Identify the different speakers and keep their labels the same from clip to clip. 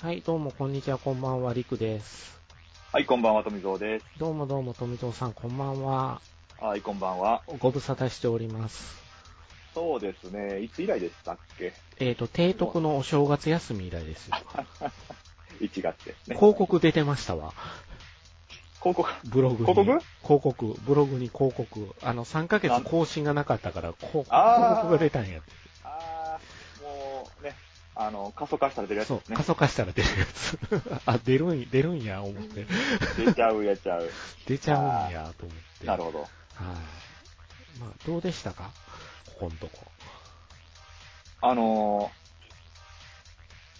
Speaker 1: はい、どうも、こんにちは、こんばんは、りくです。
Speaker 2: はい、こんばんは、富蔵です。
Speaker 1: どうもどうも、富蔵さん、こんばんは。
Speaker 2: はい、こんばんは。
Speaker 1: ご無沙汰しております。
Speaker 2: そうですね、いつ以来でしたっけ
Speaker 1: えっ、と、提督のお正月休み以来ですよ。
Speaker 2: ?1 月ですね。
Speaker 1: 広告出てましたわ。
Speaker 2: 広告
Speaker 1: ブログに。
Speaker 2: 広告
Speaker 1: 広告。ブログに広告。あの、3ヶ月更新がなかったから、こう広
Speaker 2: あー
Speaker 1: 告が出たんやって。
Speaker 2: あー、もうね、あの、過疎化されてるやつ
Speaker 1: そう
Speaker 2: で、すね
Speaker 1: 過。疎化したら出るやつ。 あ、出るん、出るんや、思って。
Speaker 2: 出ちゃう、やちゃう。
Speaker 1: 出ちゃうんや、と思って。
Speaker 2: なるほど。
Speaker 1: はい。まあ、どうでしたかここんとこ。
Speaker 2: あの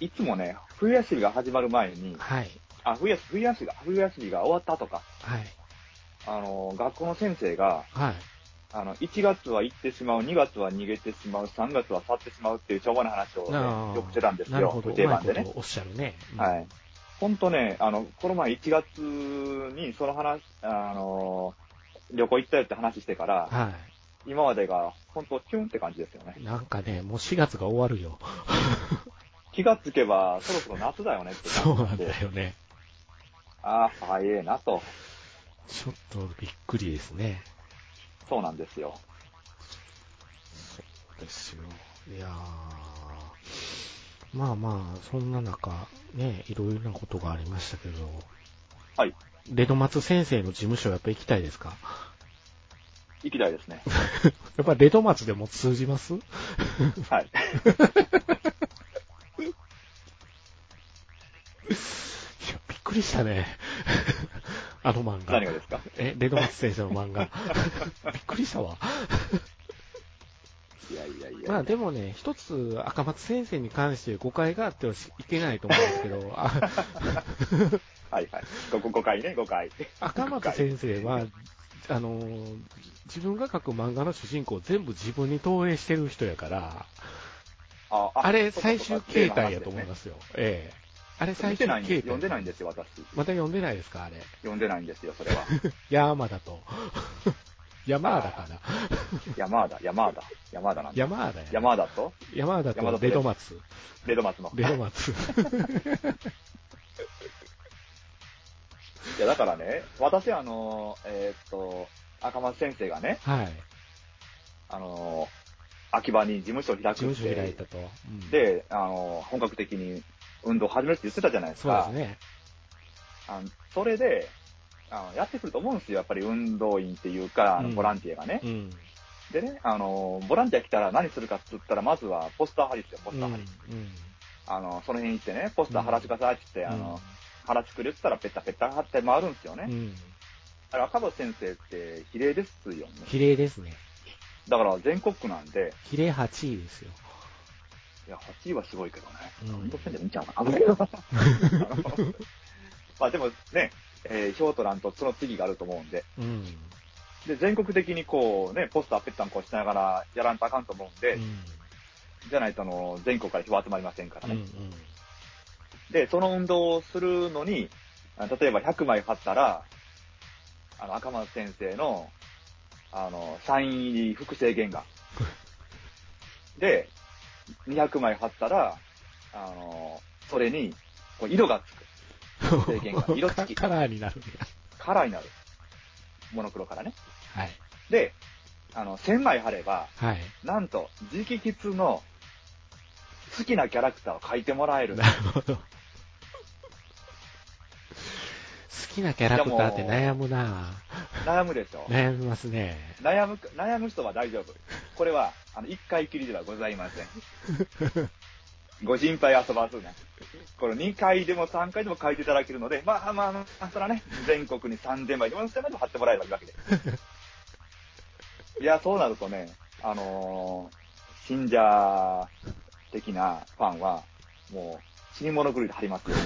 Speaker 2: ー、いつもね、冬休みが始まる前に、
Speaker 1: はい。
Speaker 2: あ、冬休冬休みが、冬休みが終わったとか、
Speaker 1: はい。
Speaker 2: あのー、学校の先生が、
Speaker 1: はい。
Speaker 2: あの、1月は行ってしまう、2月は逃げてしまう、3月は去ってしまうっていうしょうもない話をね、
Speaker 1: あー
Speaker 2: よくしてたんです
Speaker 1: なる
Speaker 2: よ
Speaker 1: ほど。、
Speaker 2: 定番で
Speaker 1: うまい
Speaker 2: ね
Speaker 1: こ。とおっしゃるね。うん
Speaker 2: はい。ほんとね、あの、この前1月にその話、あの、旅行行ったよって話してから、
Speaker 1: は
Speaker 2: 今までがほんとキュンって感じですよね。
Speaker 1: い。なんかね、もう4月が終わるよ。
Speaker 2: 気がつけばそろそろ夏だよねっ て
Speaker 1: そう
Speaker 2: 感
Speaker 1: な
Speaker 2: じ
Speaker 1: ん
Speaker 2: で
Speaker 1: だ、よね。
Speaker 2: ああ、早えなと。
Speaker 1: ちょっとびっくりですね。
Speaker 2: そうなんですよ。
Speaker 1: ですよ。いやー。まあまあ、そんな中、ね、いろいろなことがありましたけど。
Speaker 2: はい。
Speaker 1: レドマツ先生の事務所やっぱ行きたいですか
Speaker 2: 行きたいです ね。
Speaker 1: やっぱレドマツでも通じます
Speaker 2: はい。
Speaker 1: いや、びっくりした ね。あの漫画。
Speaker 2: 何がですか
Speaker 1: え、レドマツ先生の漫 画。びっくりしたわ。
Speaker 2: いやいやいや。
Speaker 1: まあでもね、一つ赤松先生に関して誤解があってはいけないと思うんですけど、 あ
Speaker 2: はいはい。ごご誤解ね、誤解。
Speaker 1: 赤松先生は、あのー、自分が描く漫画の主人公を全部自分に投影してる人やから、
Speaker 2: あ。
Speaker 1: あれ最終形態やと思いますすよ。ええあれ
Speaker 2: 見
Speaker 1: 最
Speaker 2: て
Speaker 1: 終
Speaker 2: ないんで
Speaker 1: 形態。
Speaker 2: 読んでないんですよ、私。
Speaker 1: また読んでないですか、あれ。
Speaker 2: 読んでないんですよ、そ れは。
Speaker 1: 山だと。 山だかな。
Speaker 2: 山田、山田、山田なんだ。
Speaker 1: 山だや。
Speaker 2: 山田と
Speaker 1: 山だ
Speaker 2: 山
Speaker 1: と
Speaker 2: 田と
Speaker 1: レドマツ。
Speaker 2: レドマツの。
Speaker 1: レドマ ツ。
Speaker 2: いや、だからね、私、あの、えーっと、赤松先生がね、
Speaker 1: はい。
Speaker 2: あの、秋葉に事務所を開
Speaker 1: 事
Speaker 2: くっ
Speaker 1: 務所開い
Speaker 2: て、
Speaker 1: たと。うん、
Speaker 2: で、あの、本格的に運動を始めるって言ってたじゃないです
Speaker 1: そうで
Speaker 2: か。
Speaker 1: すね。
Speaker 2: あのそれで、あのやってくると思うんですよ、やっぱり運動員っていうか、あの
Speaker 1: うん
Speaker 2: ボランティアがね。
Speaker 1: うん。
Speaker 2: でね、あの、ボランティア来たら何するかって言ったら、まずはポスター貼りですよ、ポスター貼り。
Speaker 1: うん。
Speaker 2: あの、その辺行ってね、ポスター貼らせてくださいって言って、あの、貼らせてくれって言ったら、ペタペタ貼って回るんですよね。
Speaker 1: うん。
Speaker 2: あれ、赤松先生って比例ですよね。
Speaker 1: 比例ですね。
Speaker 2: だから全国区なんで、
Speaker 1: 比例8位ですよ。
Speaker 2: いや、8位はすごいけどね。
Speaker 1: うん
Speaker 2: 運動選手見 ちゃうかな。あのまあでもね、えー、ヒョウトランとその次があると思うんで、
Speaker 1: うん。
Speaker 2: で、全国的にこうね、ポスターペッタンこうしながらやらんとあかんと思うんで、
Speaker 1: うん。
Speaker 2: じゃないとあの、全国から人は集まりませんか
Speaker 1: う
Speaker 2: ら
Speaker 1: んう
Speaker 2: ね。
Speaker 1: ん。
Speaker 2: で、その運動をするのに、あ例えば100枚貼ったら、あの、赤松先生の、あの、サイン入り複製原画。で、200枚貼ったら、あの、それに、こう色がつく。制限が色付き
Speaker 1: カラーになるんや。
Speaker 2: カラーになる。モノクロからね。
Speaker 1: はい。
Speaker 2: で、あの、1000枚貼れば、
Speaker 1: はい。
Speaker 2: なんと、直筆の好きなキャラクターを描いてもら える。
Speaker 1: なるほど。好きなキャラクターって悩むな
Speaker 2: 悩むでしょ
Speaker 1: 悩みますね。
Speaker 2: 悩む、悩む人は大丈夫。これは、あの、一回きりではございません。ご心配遊ばずね。この2回でも3回でも書いていただけるので、まあまあまあ、そらね、全国に3000枚、4000枚でも貼ってもらえばいいわけで。いや、そうなるとね、あのー信者的なファンは、もう、死に物狂いで貼りますよ。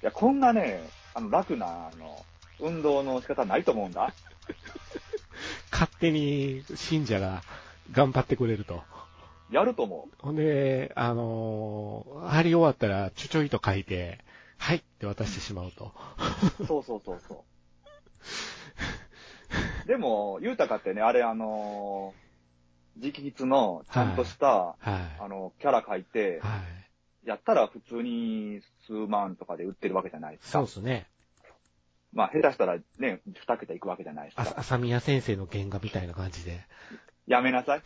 Speaker 2: いや、こんなね、あの、楽な、あの、運動の仕方ないと思うんだ。
Speaker 1: 勝手に信者が頑張ってくれると。
Speaker 2: やると思う。
Speaker 1: ほんで、あのー貼り終わったらちょちょいと書いて、はいって渡してしまうと。
Speaker 2: そうそうそうそう。 でも、ゆうたかってね、あれ、あのー直筆のちゃんとした、
Speaker 1: は
Speaker 2: あの、キャラ書い
Speaker 1: い。
Speaker 2: て、
Speaker 1: は
Speaker 2: やったら普通に数万とかで売ってるわけじゃないです
Speaker 1: そう
Speaker 2: か
Speaker 1: で。すね。
Speaker 2: まあ、下手したらね、二桁いくわけじゃないです
Speaker 1: あ
Speaker 2: か。
Speaker 1: 浅宮先生の原画みたいな感じ で。
Speaker 2: やめなさい。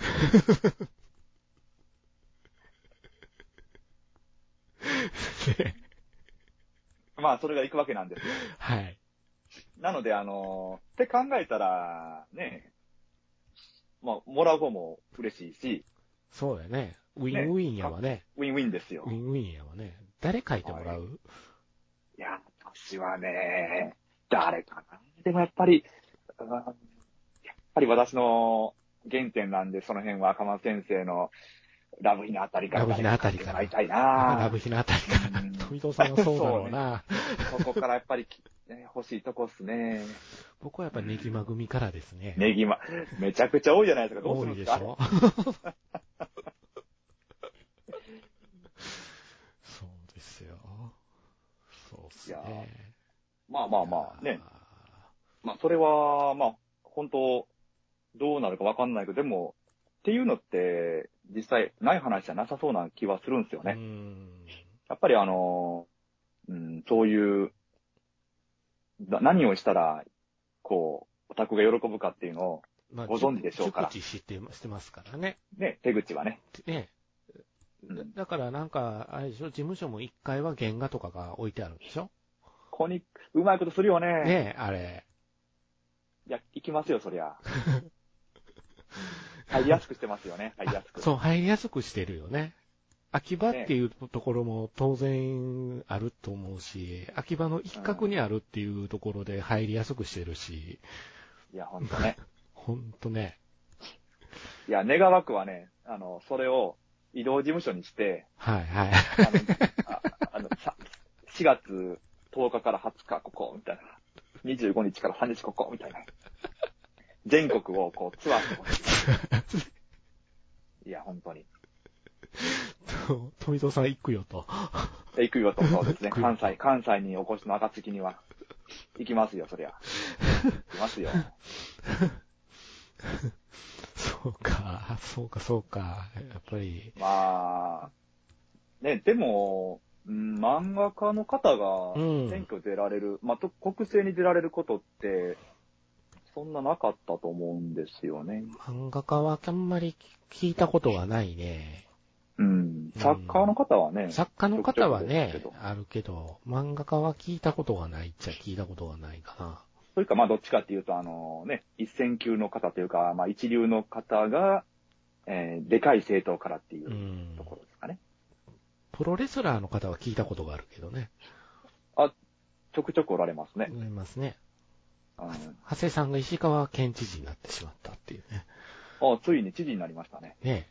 Speaker 2: まあ、それがいくわけなんですよ。
Speaker 1: はい。
Speaker 2: なので、あのーって考えたら、ね、まあ、もらう方も嬉しいし、
Speaker 1: そうやね。ウィンウィンやわね。
Speaker 2: ウィンウィンですよ
Speaker 1: ウ。ィンウィンやわね。誰書いてもらう、
Speaker 2: いや、私はね、誰かな。でもやっぱり、うんやっぱり私の原点なんで、その辺は赤松先生のラブヒナあたりから。
Speaker 1: ラブヒナあたりから
Speaker 2: 会いたい
Speaker 1: あ
Speaker 2: な。
Speaker 1: ラブヒナあたりから。
Speaker 2: うん
Speaker 1: 富藤さんはそうだろうな。
Speaker 2: そこからやっぱり、ね欲しいとこっすね。
Speaker 1: 僕はやっぱネギマ組からですね。
Speaker 2: ネギま、めちゃくちゃ多いじゃないですか。どうす
Speaker 1: 多
Speaker 2: るん
Speaker 1: い
Speaker 2: で
Speaker 1: ですし
Speaker 2: か
Speaker 1: ょ そうですよ。そうっす
Speaker 2: いや
Speaker 1: ね。
Speaker 2: まあまあまあ、ね。
Speaker 1: あ
Speaker 2: まあ、それは、まあ、本当、どうなるかわかんないけど、でも、っていうのって、実際、ない話じゃなさそうな気はするんですよ
Speaker 1: ー。
Speaker 2: ね。
Speaker 1: うん。
Speaker 2: やっぱりあの、うん、そういう、だ何をしたら、こう、オタクが喜ぶかっていうのを、
Speaker 1: まあ
Speaker 2: ご存知でしょうから
Speaker 1: 熟知してましてますからね。
Speaker 2: ね、手口はね。
Speaker 1: ね。
Speaker 2: うん
Speaker 1: だからなんか、あれでしょ、事務所も1階は原画とかが置いてあるんでしょ
Speaker 2: ここに、うまいことするよね。
Speaker 1: ねえ、あれ。
Speaker 2: いや、行きますよ、そ りゃ。入りやすくしてますよね、入りやすく。
Speaker 1: そう、入りやすくしてるよね。秋葉っていうところも当然あると思うし、秋葉の一角にあるっていうところで入りやすくしてるし、
Speaker 2: いや、ほんとね。
Speaker 1: ほんとね。
Speaker 2: いや、願わくはね、あの、それを移動事務所にして、
Speaker 1: はいはい。
Speaker 2: あの、ああのさ4月10日から20日ここ、みたいな。25日から3日ここ、みたいな。全国をこうツアーしてほしい。いや、本当に。
Speaker 1: と富藤さん行くよと。
Speaker 2: 行くよと、そうですね。
Speaker 1: 行くよ
Speaker 2: 関西、関西にお越しの暁には。行きますよ、そりゃ。行きま すよ。
Speaker 1: そうか、そうか、そうか。やっぱり、
Speaker 2: まあ、ね、でも、うん漫画家の方が
Speaker 1: うん
Speaker 2: 選挙出られる、まあ、と国政に出られることって、そんななかったと思うんですよね。
Speaker 1: 漫画家はあんまり聞いたことがないね。
Speaker 2: うん。作家の方はね、
Speaker 1: 作家の方は
Speaker 2: ちょ
Speaker 1: ね
Speaker 2: くちょくですけ、
Speaker 1: あるけど、漫画家は聞いたことがないっちゃ聞いたことがないかな。
Speaker 2: というか、まあ、どっちかっていうと、あのね、一線級の方というか、まあ、一流の方が、えーでかい政党からっていうううんと。ころですかね。
Speaker 1: プロレスラーの方は聞いたことがあるけどね。
Speaker 2: ちょくちょくおられますね。
Speaker 1: 思いますね。
Speaker 2: うん、
Speaker 1: 長谷さんが石川県知事になってしまったっていうね。
Speaker 2: あついに知事になりましたね。
Speaker 1: ね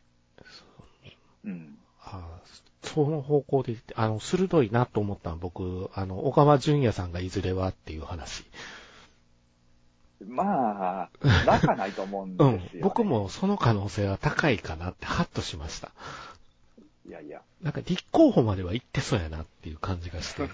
Speaker 1: え
Speaker 2: うん。
Speaker 1: ああその方向で言って、あの、鋭いなと思ったのは僕、あの、小川淳也さんがいずれはっていう話。
Speaker 2: まあ、なかないと思うんです
Speaker 1: う
Speaker 2: よ、
Speaker 1: ん。
Speaker 2: ね
Speaker 1: 僕。もその可能性は高いかなってハッとしました。
Speaker 2: いやいや。
Speaker 1: なんか立候補までは行ってそうやなっていう感じが して。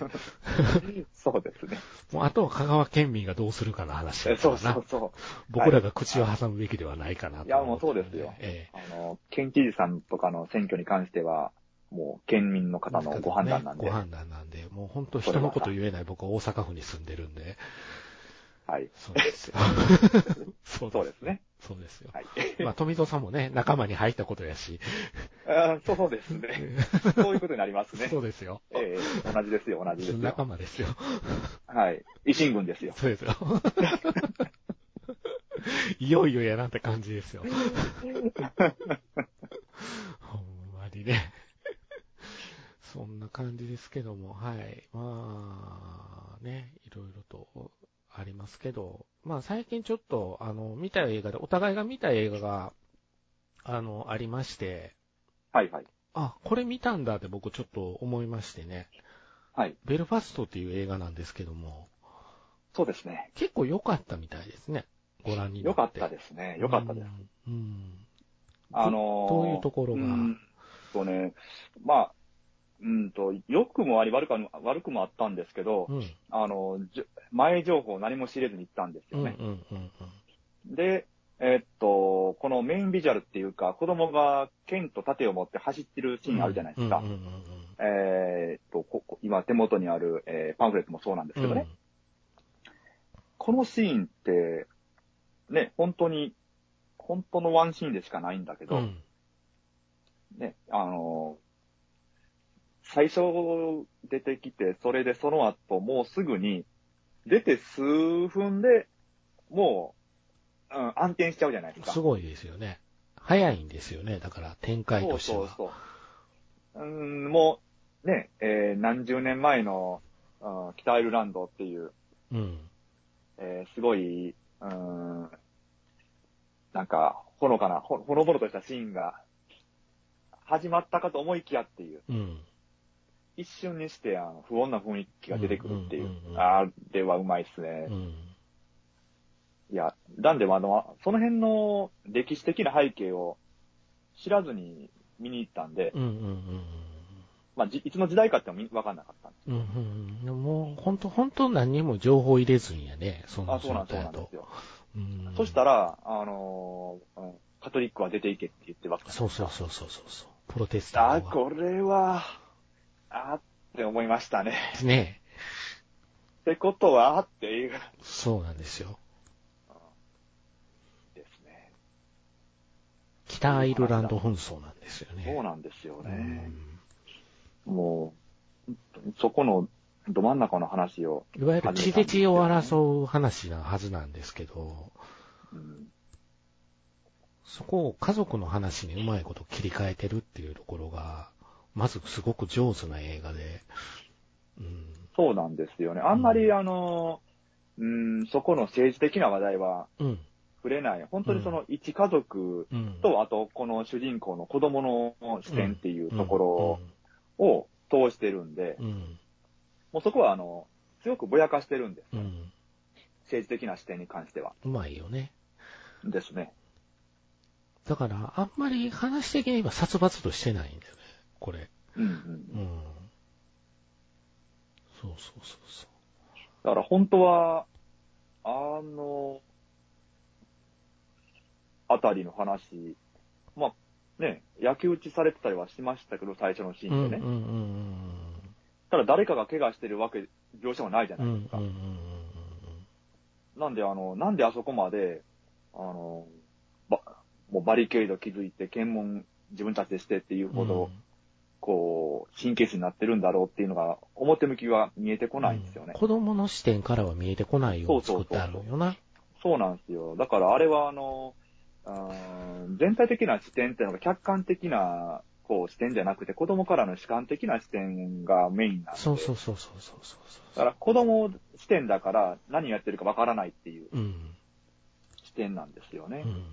Speaker 2: そうですね。
Speaker 1: もうあとは香川県民がどうするかの話だか
Speaker 2: そ
Speaker 1: ら
Speaker 2: うそ
Speaker 1: な
Speaker 2: う。そう。
Speaker 1: 僕らが口を挟むべきではないかなと思って
Speaker 2: いやもうそうですよ
Speaker 1: ええ。
Speaker 2: あの、県知事さんとかの選挙に関しては、もう県民の方のご判断なんで、
Speaker 1: ご判断なんで、もう本当人のこと言えない僕は大阪府に住んでるんで。
Speaker 2: はい。
Speaker 1: そう ですよ。そう
Speaker 2: そうです。ね。
Speaker 1: そうですよ。
Speaker 2: はい。
Speaker 1: まあ、富蔵さんもね、仲間に入ったことやし、
Speaker 2: あーそうです ね。そういうことになりますね。
Speaker 1: そうですよ。
Speaker 2: ええ同じですよ、同じです
Speaker 1: 仲
Speaker 2: よ。
Speaker 1: 間ですよ。
Speaker 2: はい。維新軍ですよ。
Speaker 1: そうですよ。 いよいよやなって感じです よ。ほんまにね。そんな感じですけども、はい。まあ、ね、いろいろとありますけど、まあ最近ちょっと、あの、見た映画で、お互いが見た映画が、あの、ありまして、
Speaker 2: はいはい。
Speaker 1: あ、これ見たんだって僕ちょっと思いましてね。
Speaker 2: はい。
Speaker 1: ベルファストっていう映画なんですけども、
Speaker 2: そうですね。
Speaker 1: 結構良かったみたいですね。ご覧にな
Speaker 2: よ
Speaker 1: って。
Speaker 2: かったですね。よかったです。
Speaker 1: うん。うん。
Speaker 2: あのー
Speaker 1: どういうところが
Speaker 2: うんとね、まあ、うんと、良くもあり悪くも悪くもあったんですけど、
Speaker 1: うん。
Speaker 2: あの、じゅ前情報を何も知れずに行ったんです
Speaker 1: うん。う
Speaker 2: よ
Speaker 1: ん。う
Speaker 2: ね。
Speaker 1: ん。うん
Speaker 2: で、えっと、このメインビジュアルっていうか、子供が剣と盾を持って走ってるシーンあるじゃないですか。
Speaker 1: うんうんうん
Speaker 2: えっとここ、今手元にある、えーパンフレットもそうなんです
Speaker 1: うん
Speaker 2: けどね、このシーンって、ね、本当に、本当のワンシーンでしかないんだけ
Speaker 1: う
Speaker 2: ど、
Speaker 1: ん。
Speaker 2: ね、あの最初出てきて、それでその後もうすぐに、出て数分でもう、うん、暗転しちゃうじゃないですか。
Speaker 1: すごいですよね。早いんですよね。だから展開
Speaker 2: そ
Speaker 1: と
Speaker 2: う
Speaker 1: して
Speaker 2: そう
Speaker 1: は。
Speaker 2: そう。うん、もう、ね、えー何十年前の、うん北アイルランドっていう、
Speaker 1: うん。
Speaker 2: えーすごい、うん、なんか、ほのかな、ほほのぼのとしたシーンが、始まったかと思いきやっていう、
Speaker 1: うん。
Speaker 2: 一瞬にして、あの、不穏な雰囲気が出てくるっていううん
Speaker 1: うんう。ん
Speaker 2: あれはうまいっすね。
Speaker 1: うん。
Speaker 2: いや、なんでもあの、その辺の歴史的な背景を知らずに見に行ったんで、
Speaker 1: うんうんうん
Speaker 2: まあ、じいつの時代かってもみわかんなかったんです
Speaker 1: うん。うんうん、もう、本当本当何にも情報入れずにやね、その
Speaker 2: あ、そう
Speaker 1: 状
Speaker 2: なんそう
Speaker 1: 態
Speaker 2: な
Speaker 1: だ
Speaker 2: ん
Speaker 1: と
Speaker 2: です。よ。
Speaker 1: うん
Speaker 2: そした、ら、あのーうんカトリックは出ていけって言ってますから
Speaker 1: そうそうそうそうそうそう。プロテスタ
Speaker 2: あ、
Speaker 1: ントが
Speaker 2: これは、あって思いましたね。
Speaker 1: ね。
Speaker 2: ってことは、あっていう
Speaker 1: そうなんですよ。
Speaker 2: ですね。
Speaker 1: 北アイルランド紛争なんですよね。
Speaker 2: そうなんですよね。
Speaker 1: うん
Speaker 2: もう、そこのど真ん中の話を、
Speaker 1: いわゆる血で血を争う話なはずなんですけど、
Speaker 2: うん
Speaker 1: そこを家族の話にうまいこと切り替えてるっていうところが、まずすごく上手な映画で、うん、
Speaker 2: そうなんですよね。あんまり、あのーうん、そこの政治的な話題は
Speaker 1: うん、
Speaker 2: 触れない。本当にその一家族
Speaker 1: うん。
Speaker 2: と、あとこの主人公の子供の視点っていうところを通してるんで、
Speaker 1: うん、うん、
Speaker 2: もうそこはあの、強くぼやかしてるんです。
Speaker 1: うん、うん
Speaker 2: 政治的な視点に関しては。
Speaker 1: うまいよね。
Speaker 2: ですね。
Speaker 1: だから、あんまり話的に言えば殺伐としてないんだよね、これ。
Speaker 2: うんうん
Speaker 1: うん。そうそうそうそう。
Speaker 2: だから本当は、あの、あたりの話、まあ、ね、焼き打ちされてたりはしましたけど、最初のシー
Speaker 1: うん、う
Speaker 2: ン
Speaker 1: ん、
Speaker 2: で
Speaker 1: うん
Speaker 2: ね。
Speaker 1: うん
Speaker 2: ただ誰かが怪我してるわけ、描写もないじゃ
Speaker 1: うん、う、
Speaker 2: なん
Speaker 1: うん、うん、うんう
Speaker 2: い、
Speaker 1: ん
Speaker 2: ですか。なんで、あの、なんであそこまで、あの、ば、もうバリケード築いて、検問自分たちでしてっていう
Speaker 1: うんう
Speaker 2: ほ
Speaker 1: ん。
Speaker 2: ど、こう、神経質になってるんだろうっていうのが、表向きは見えてこないんですよね。
Speaker 1: 子供の視点からは見えてこないように作ってあるよな。
Speaker 2: そうなんですよ。だからあれはあの、うーん全体的な視点っていうのが客観的な、こう、視点じゃなくて、子供からの主観的な視点がメインなんで。
Speaker 1: そうそうそうそうそうそう
Speaker 2: だから子供視点だから何やってるかわからないっていう
Speaker 1: うん。
Speaker 2: 視点なんですよね
Speaker 1: う。ん。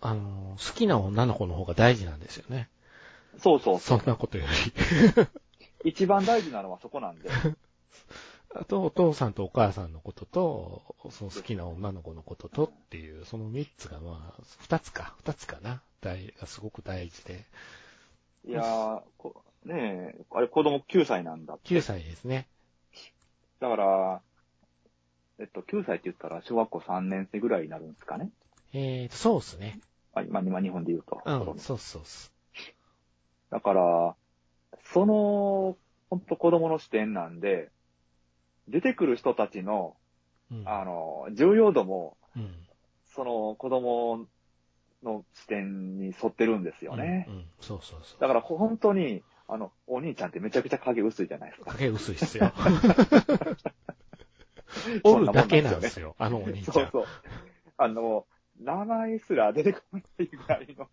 Speaker 1: あの、好きな女の子の方が大事なんですよね。
Speaker 2: そうそう
Speaker 1: そ。
Speaker 2: そうん
Speaker 1: なことより。
Speaker 2: 一番大事なのはそ こなんで。
Speaker 1: あと、お父さんとお母さんのことと、その好きな女の子のこととっていう、その三つが、まあ、二つか、二つかな。大がすごく大事で。
Speaker 2: いやー、こねえ、あれ子供9歳なんだ。
Speaker 1: 9歳ですね。
Speaker 2: だから、えっと、9歳って言ったら小学校3年生ぐらいになるんですかね。
Speaker 1: えーと、そうっすね。
Speaker 2: あ今、今日本で言うと。
Speaker 1: うん、そうそうっす。
Speaker 2: だから、その、ほんと子供の視点なんで、出てくる人たちの、
Speaker 1: うん。
Speaker 2: あの、重要度も、
Speaker 1: うん。
Speaker 2: その子供の視点に沿ってるんですよね。
Speaker 1: うん、うんそうそうそう。
Speaker 2: だからほ本当に、あの、お兄ちゃんってめちゃくちゃ影薄いじゃないですか。
Speaker 1: 影薄いっす よ。
Speaker 2: そ
Speaker 1: おる
Speaker 2: んなも
Speaker 1: だ
Speaker 2: んなんですよ
Speaker 1: け
Speaker 2: ね
Speaker 1: なんですよ、あのお兄ち
Speaker 2: そ
Speaker 1: ゃ。
Speaker 2: うんそう。あの、名前すら出てこないぐらいの、も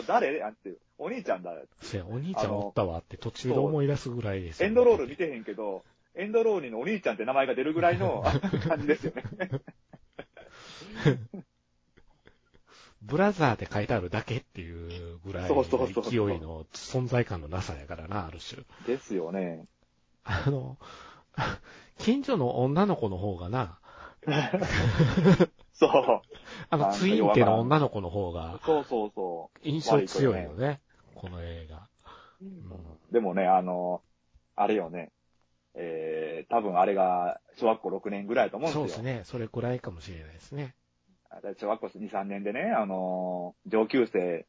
Speaker 2: う誰あっていう、お兄ちゃんだ。
Speaker 1: そうや、お兄ちゃんおったわって途中で思い出すぐらいですよ
Speaker 2: エンドロール見てへんけど、エンドロールにお兄ちゃんって名前が出るぐらいの感じですよね。
Speaker 1: ブラザーで書いてあるだけっていうぐらい
Speaker 2: そ
Speaker 1: の
Speaker 2: うそうそう
Speaker 1: 勢いの存在感のなさやからな、ある種。
Speaker 2: ですよね。
Speaker 1: あの、近所の女の子の方がな、
Speaker 2: そう。
Speaker 1: あの
Speaker 2: あ
Speaker 1: ツインテの女の子の方が
Speaker 2: そうそうそ
Speaker 1: 印象強いよね、この映画。
Speaker 2: う。でもね、あの、あれよね。えー、多分あれが小学校6年ぐらいだと思うんです
Speaker 1: そう
Speaker 2: よ。
Speaker 1: ですね。それくらいかもしれないですね。
Speaker 2: だから小学校2、3年でね、あのー上級生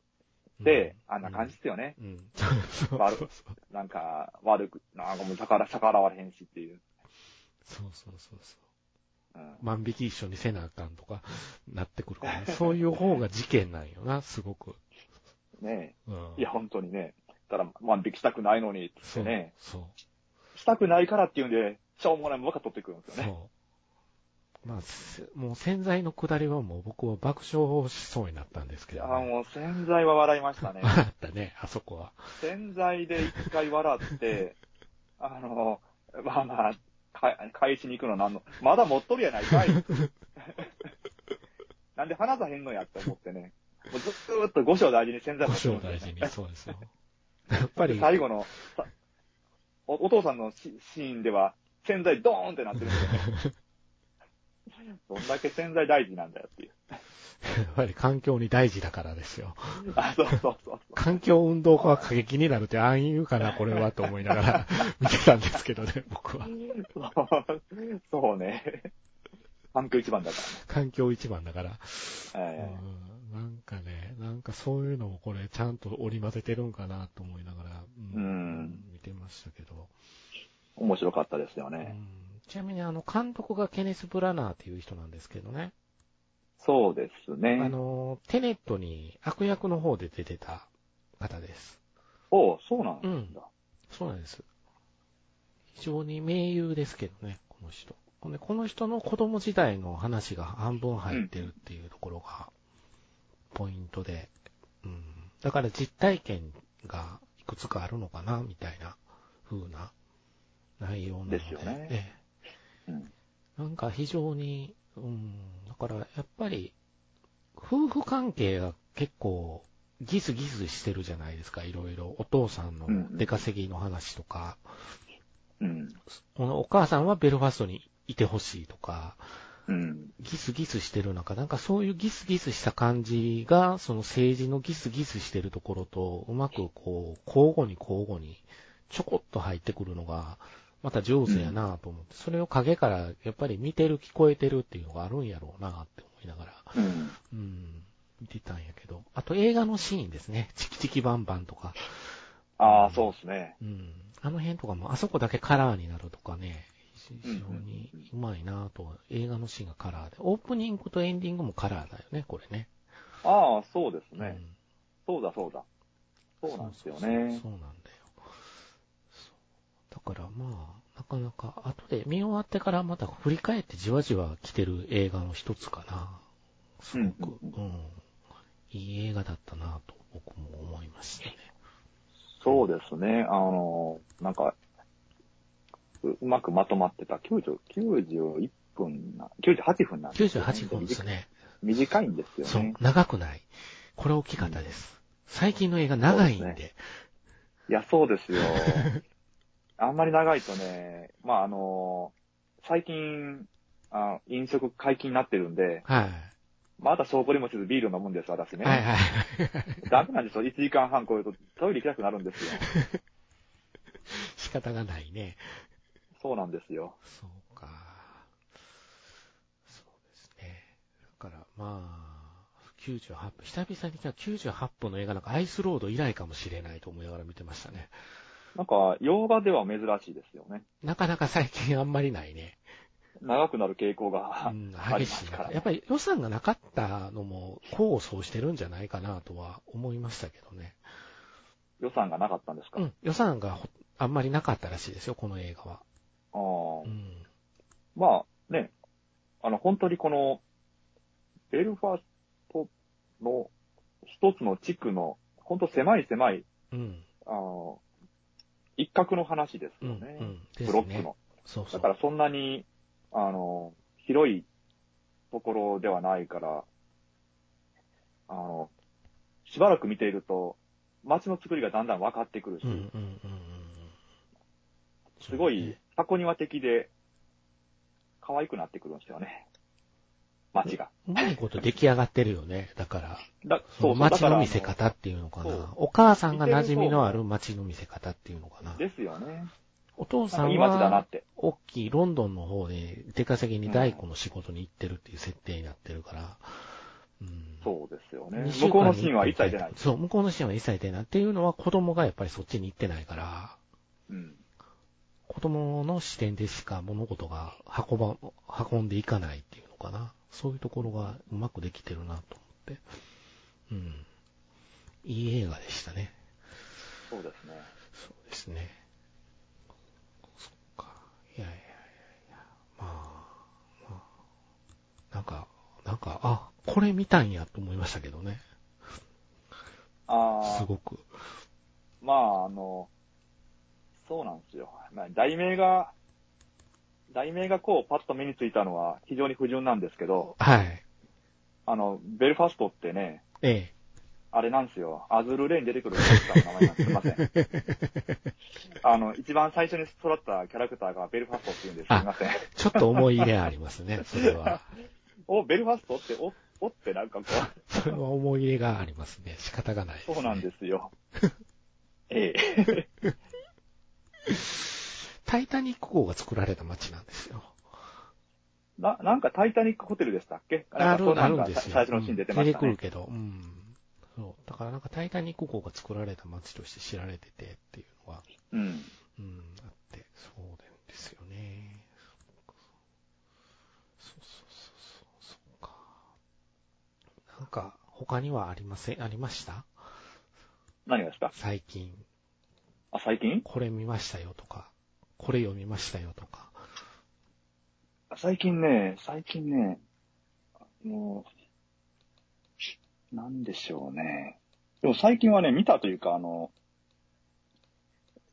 Speaker 2: で、あんな感じですよね。
Speaker 1: うん。うん。そうそうそう。
Speaker 2: なんか、悪く、なんかもう逆ら逆らわれへんしっていう。
Speaker 1: そうそうそうそう。
Speaker 2: うん
Speaker 1: 万引き一緒にせなあかんとか、なってくるから、ね、そういう方が事件なんよな、すごく。
Speaker 2: ね
Speaker 1: うん。
Speaker 2: えいや、、本当にね。だから、万引きしたくないのに、つっ
Speaker 1: そ
Speaker 2: て
Speaker 1: う
Speaker 2: ね。。
Speaker 1: そう。
Speaker 2: したくないからっていうんで、しょうもないものばっか取ってくるんですよね。
Speaker 1: そう。まあ、せもう洗剤のくだりはもう僕は爆笑しそうになったんですけど、
Speaker 2: ああ、
Speaker 1: ね。
Speaker 2: もう洗剤は笑いましたね。
Speaker 1: あったね、あそこは。
Speaker 2: 洗剤で一回笑って、 あの、まあまあ、か返しに行くのなんの、まだ持っとるやないかい。 なんで話さへんのやって思ってね。もうずーっと五章大事に洗剤
Speaker 1: 故
Speaker 2: 持って
Speaker 1: 障
Speaker 2: るんですよ
Speaker 1: 大
Speaker 2: ね
Speaker 1: 事に、そうですよ。やっぱり、
Speaker 2: 最後のさお、お父さんのシシーンでは、洗剤ドーンってなってるんですよ ね。どんだけ洗剤大事なんだよっていう。
Speaker 1: やっぱり環境に大事だからですよ。
Speaker 2: あ、そうそうそう。
Speaker 1: 環境運動家は過激になるって、ああいうかな、これは、と思いながら見てたんですけどね、僕は。
Speaker 2: そうそうね。環境一番だか
Speaker 1: 環境一番だから。
Speaker 2: ら
Speaker 1: う
Speaker 2: ね。
Speaker 1: ん、なんかね、なんかそういうのをこれ、ちゃんと織り交ぜてるんかな、と思いながら、う
Speaker 2: うん
Speaker 1: 見てましたけど。
Speaker 2: えー面白かったですよ
Speaker 1: う
Speaker 2: ね。
Speaker 1: んちなみに、あの、監督がケネス・ブラナーっていう人なんですけどね。
Speaker 2: そうです
Speaker 1: あ
Speaker 2: ね。
Speaker 1: の、テネットに悪役の方で出てた方です。
Speaker 2: おうそうなんだ。
Speaker 1: うんそうなんです。非常に名優ですけどね、この人。ほんでこの人の子供時代の話が半分入ってるっていうところがポイントで、うん。だから実体験がいくつかあるのかな、みたいな風な内容なので。
Speaker 2: ですよね
Speaker 1: え
Speaker 2: うん
Speaker 1: えなんか非常に、うん、だからやっぱり夫婦関係が結構ギスギスしてるじゃないですか、いろいろ。お父さんの出稼ぎの話とか、
Speaker 2: うん。
Speaker 1: このお母さんはベルファストにいてほしいとか、
Speaker 2: うん。
Speaker 1: ギスギスしてる中、なんかそういうギスギスした感じが、その政治のギスギスしてるところと、うまくこう、交互に交互に、ちょこっと入ってくるのが、また上手やなと思って、それを影からやっぱり見てる、聞こえてるっていうのがあるんやろうなって思いながら、
Speaker 2: うん。
Speaker 1: うん、見てたんやけど。あと映画のシーンですね。チキチキバンバンとか。
Speaker 2: ああ、そうですね。
Speaker 1: うん。あの辺とかも、あそこだけカラーになるとかね。非
Speaker 2: うんうん
Speaker 1: 非常にうまいなぁと。映画のシーンがカラーで。オープニングとエンディングもカラーだよね、これね。
Speaker 2: ああ、そうです
Speaker 1: う
Speaker 2: ね。
Speaker 1: ん
Speaker 2: そうだ、そうだ。そうなんですよね
Speaker 1: そ。うそうそうそうなんだよ。そうだからまあ、なかなか、後で見終わってからまた振り返ってじわじわ来てる映画の一つかな。すごく、
Speaker 2: うん
Speaker 1: うん。いい映画だったなぁと僕も思いましたね。
Speaker 2: そうですね。あの、なんか、ううまくまとまってた。90 91分な、98分なんですよね、
Speaker 1: 98分ですね。
Speaker 2: 短いんです
Speaker 1: そ
Speaker 2: よ
Speaker 1: う
Speaker 2: ね。、
Speaker 1: 長くない。これ大きかったです。最近の映画長いん
Speaker 2: そう
Speaker 1: で。
Speaker 2: いや、そうですよ。あんまり長いとね、まあ、あの、最近、あ飲食解禁になってるんで、
Speaker 1: は
Speaker 2: まだ証拠にもせずビール飲むんです、私
Speaker 1: い。
Speaker 2: ね。
Speaker 1: はいはい。
Speaker 2: ダメなんですよ。1時間半超えるとトイレ行きたくなるんですよ。
Speaker 1: 仕方がないね。
Speaker 2: そうなんですよ。
Speaker 1: そうか。そうですね。だからまあ、98分、久々にじゃあ98分の映画なんかアイスロード以来かもしれないと思いながら見てましたね。
Speaker 2: なんか、洋画では珍しいですよね。
Speaker 1: なかなか最近あんまりないね。
Speaker 2: 長くなる傾向が
Speaker 1: うん、
Speaker 2: あり
Speaker 1: 激
Speaker 2: ま
Speaker 1: し
Speaker 2: す
Speaker 1: い
Speaker 2: か
Speaker 1: な
Speaker 2: ら、ね。
Speaker 1: やっぱり予算がなかったのも功を奏してるんじゃないかなとは思いましたけどね。
Speaker 2: 予算がなかったんですか、
Speaker 1: うん、予算がほあんまりなかったらしいですよ、この映画は。
Speaker 2: あー
Speaker 1: うん。
Speaker 2: まあね、あの本当にこの、ベルファストの一つの地区の、本当狭い狭い、
Speaker 1: うん。
Speaker 2: あの、一角の話です
Speaker 1: うん。
Speaker 2: よ
Speaker 1: う
Speaker 2: ね。
Speaker 1: ん。です
Speaker 2: ブロック
Speaker 1: ね
Speaker 2: の。。
Speaker 1: そうそ
Speaker 2: だ
Speaker 1: う
Speaker 2: か。らそんなに、あの、広いところではないから、あの、しばらく見ていると、街の作りがだんだん分かってくるし、
Speaker 1: うん。うん。うん。うん。
Speaker 2: すご
Speaker 1: そう
Speaker 2: い
Speaker 1: ね、
Speaker 2: 箱庭的で、可愛くなってくるんですよね。街が。
Speaker 1: うまいこと出来上がってるよね。だから、
Speaker 2: だ
Speaker 1: その
Speaker 2: だ
Speaker 1: 街
Speaker 2: から
Speaker 1: の見せ方っていうのか
Speaker 2: そ
Speaker 1: な
Speaker 2: う。
Speaker 1: お母さんが馴染みのある街の見せ方っていうのか
Speaker 2: あの
Speaker 1: な。
Speaker 2: ですよね。
Speaker 1: お父
Speaker 2: なん
Speaker 1: さ
Speaker 2: かい
Speaker 1: ん
Speaker 2: い街だな
Speaker 1: は
Speaker 2: っ、て。
Speaker 1: 大きいロンドンの方で出稼ぎに大工の仕事に行ってるっていう設定になってるから、うん。
Speaker 2: そうですよね
Speaker 1: 二。週間に
Speaker 2: 向こうのシーンは一切出ない。
Speaker 1: そう、向こうのシーンは一切出ない。っていうのは子供がやっぱりそっちに行ってないから、
Speaker 2: うん。
Speaker 1: 子供の視点でしか物事が運ば、運んでいかないっていうのかな。そういうところがうまくできてるなと思って。うん。いい映画でしたね。
Speaker 2: そうですね。
Speaker 1: そうですね。そっか。いやいやいやいや。まあ、まあ。なんか、なんか、あ、これ見たんやと思いましたけどね。
Speaker 2: あ
Speaker 1: す
Speaker 2: あ、
Speaker 1: ごく。
Speaker 2: まあ、あの、そうなんですよ。まあ、題名が、題名がこう、パッと目についたのは非常に不純なんですけど、
Speaker 1: はい。
Speaker 2: あの、ベルファストってね、
Speaker 1: ええ。
Speaker 2: あれなんですよ。アズルレイに出てくるキャラクターの名前なんですすいません。 あの、一番最初に育ったキャラクターがベルファストって言うんです。すいません。
Speaker 1: ちょっと思い入れありますね、それは。
Speaker 2: お、ベルファストって、お、おってなんかこ
Speaker 1: それは思い入れがありますね。仕方がないです、ね。。
Speaker 2: う、そうなんですすよ。ええ。
Speaker 1: タイタニック号が作られた街なんですよ。
Speaker 2: な、なんかタイタニックホテルでしたっけ
Speaker 1: あ
Speaker 2: なんかそう
Speaker 1: る、
Speaker 2: な
Speaker 1: あ
Speaker 2: ん
Speaker 1: るん
Speaker 2: か
Speaker 1: ですよ。
Speaker 2: 最初のシーン出てまし
Speaker 1: 出て
Speaker 2: た
Speaker 1: くる
Speaker 2: ね。
Speaker 1: けど、うん。そう。だからなんかタイタニック号が作られた街として知られててっていうのは、
Speaker 2: うん。
Speaker 1: うん、あって、そうなんですよね。そうそうそうそう、そうか。なんか、他にはありません、ありました
Speaker 2: 何がですか
Speaker 1: 最近、
Speaker 2: あ、最近
Speaker 1: これ見ましたよとか、これ読みましたよとか。
Speaker 2: 最近ね、最近ね、もう、なんでしょうね。でも最近はね、見たというか、あの、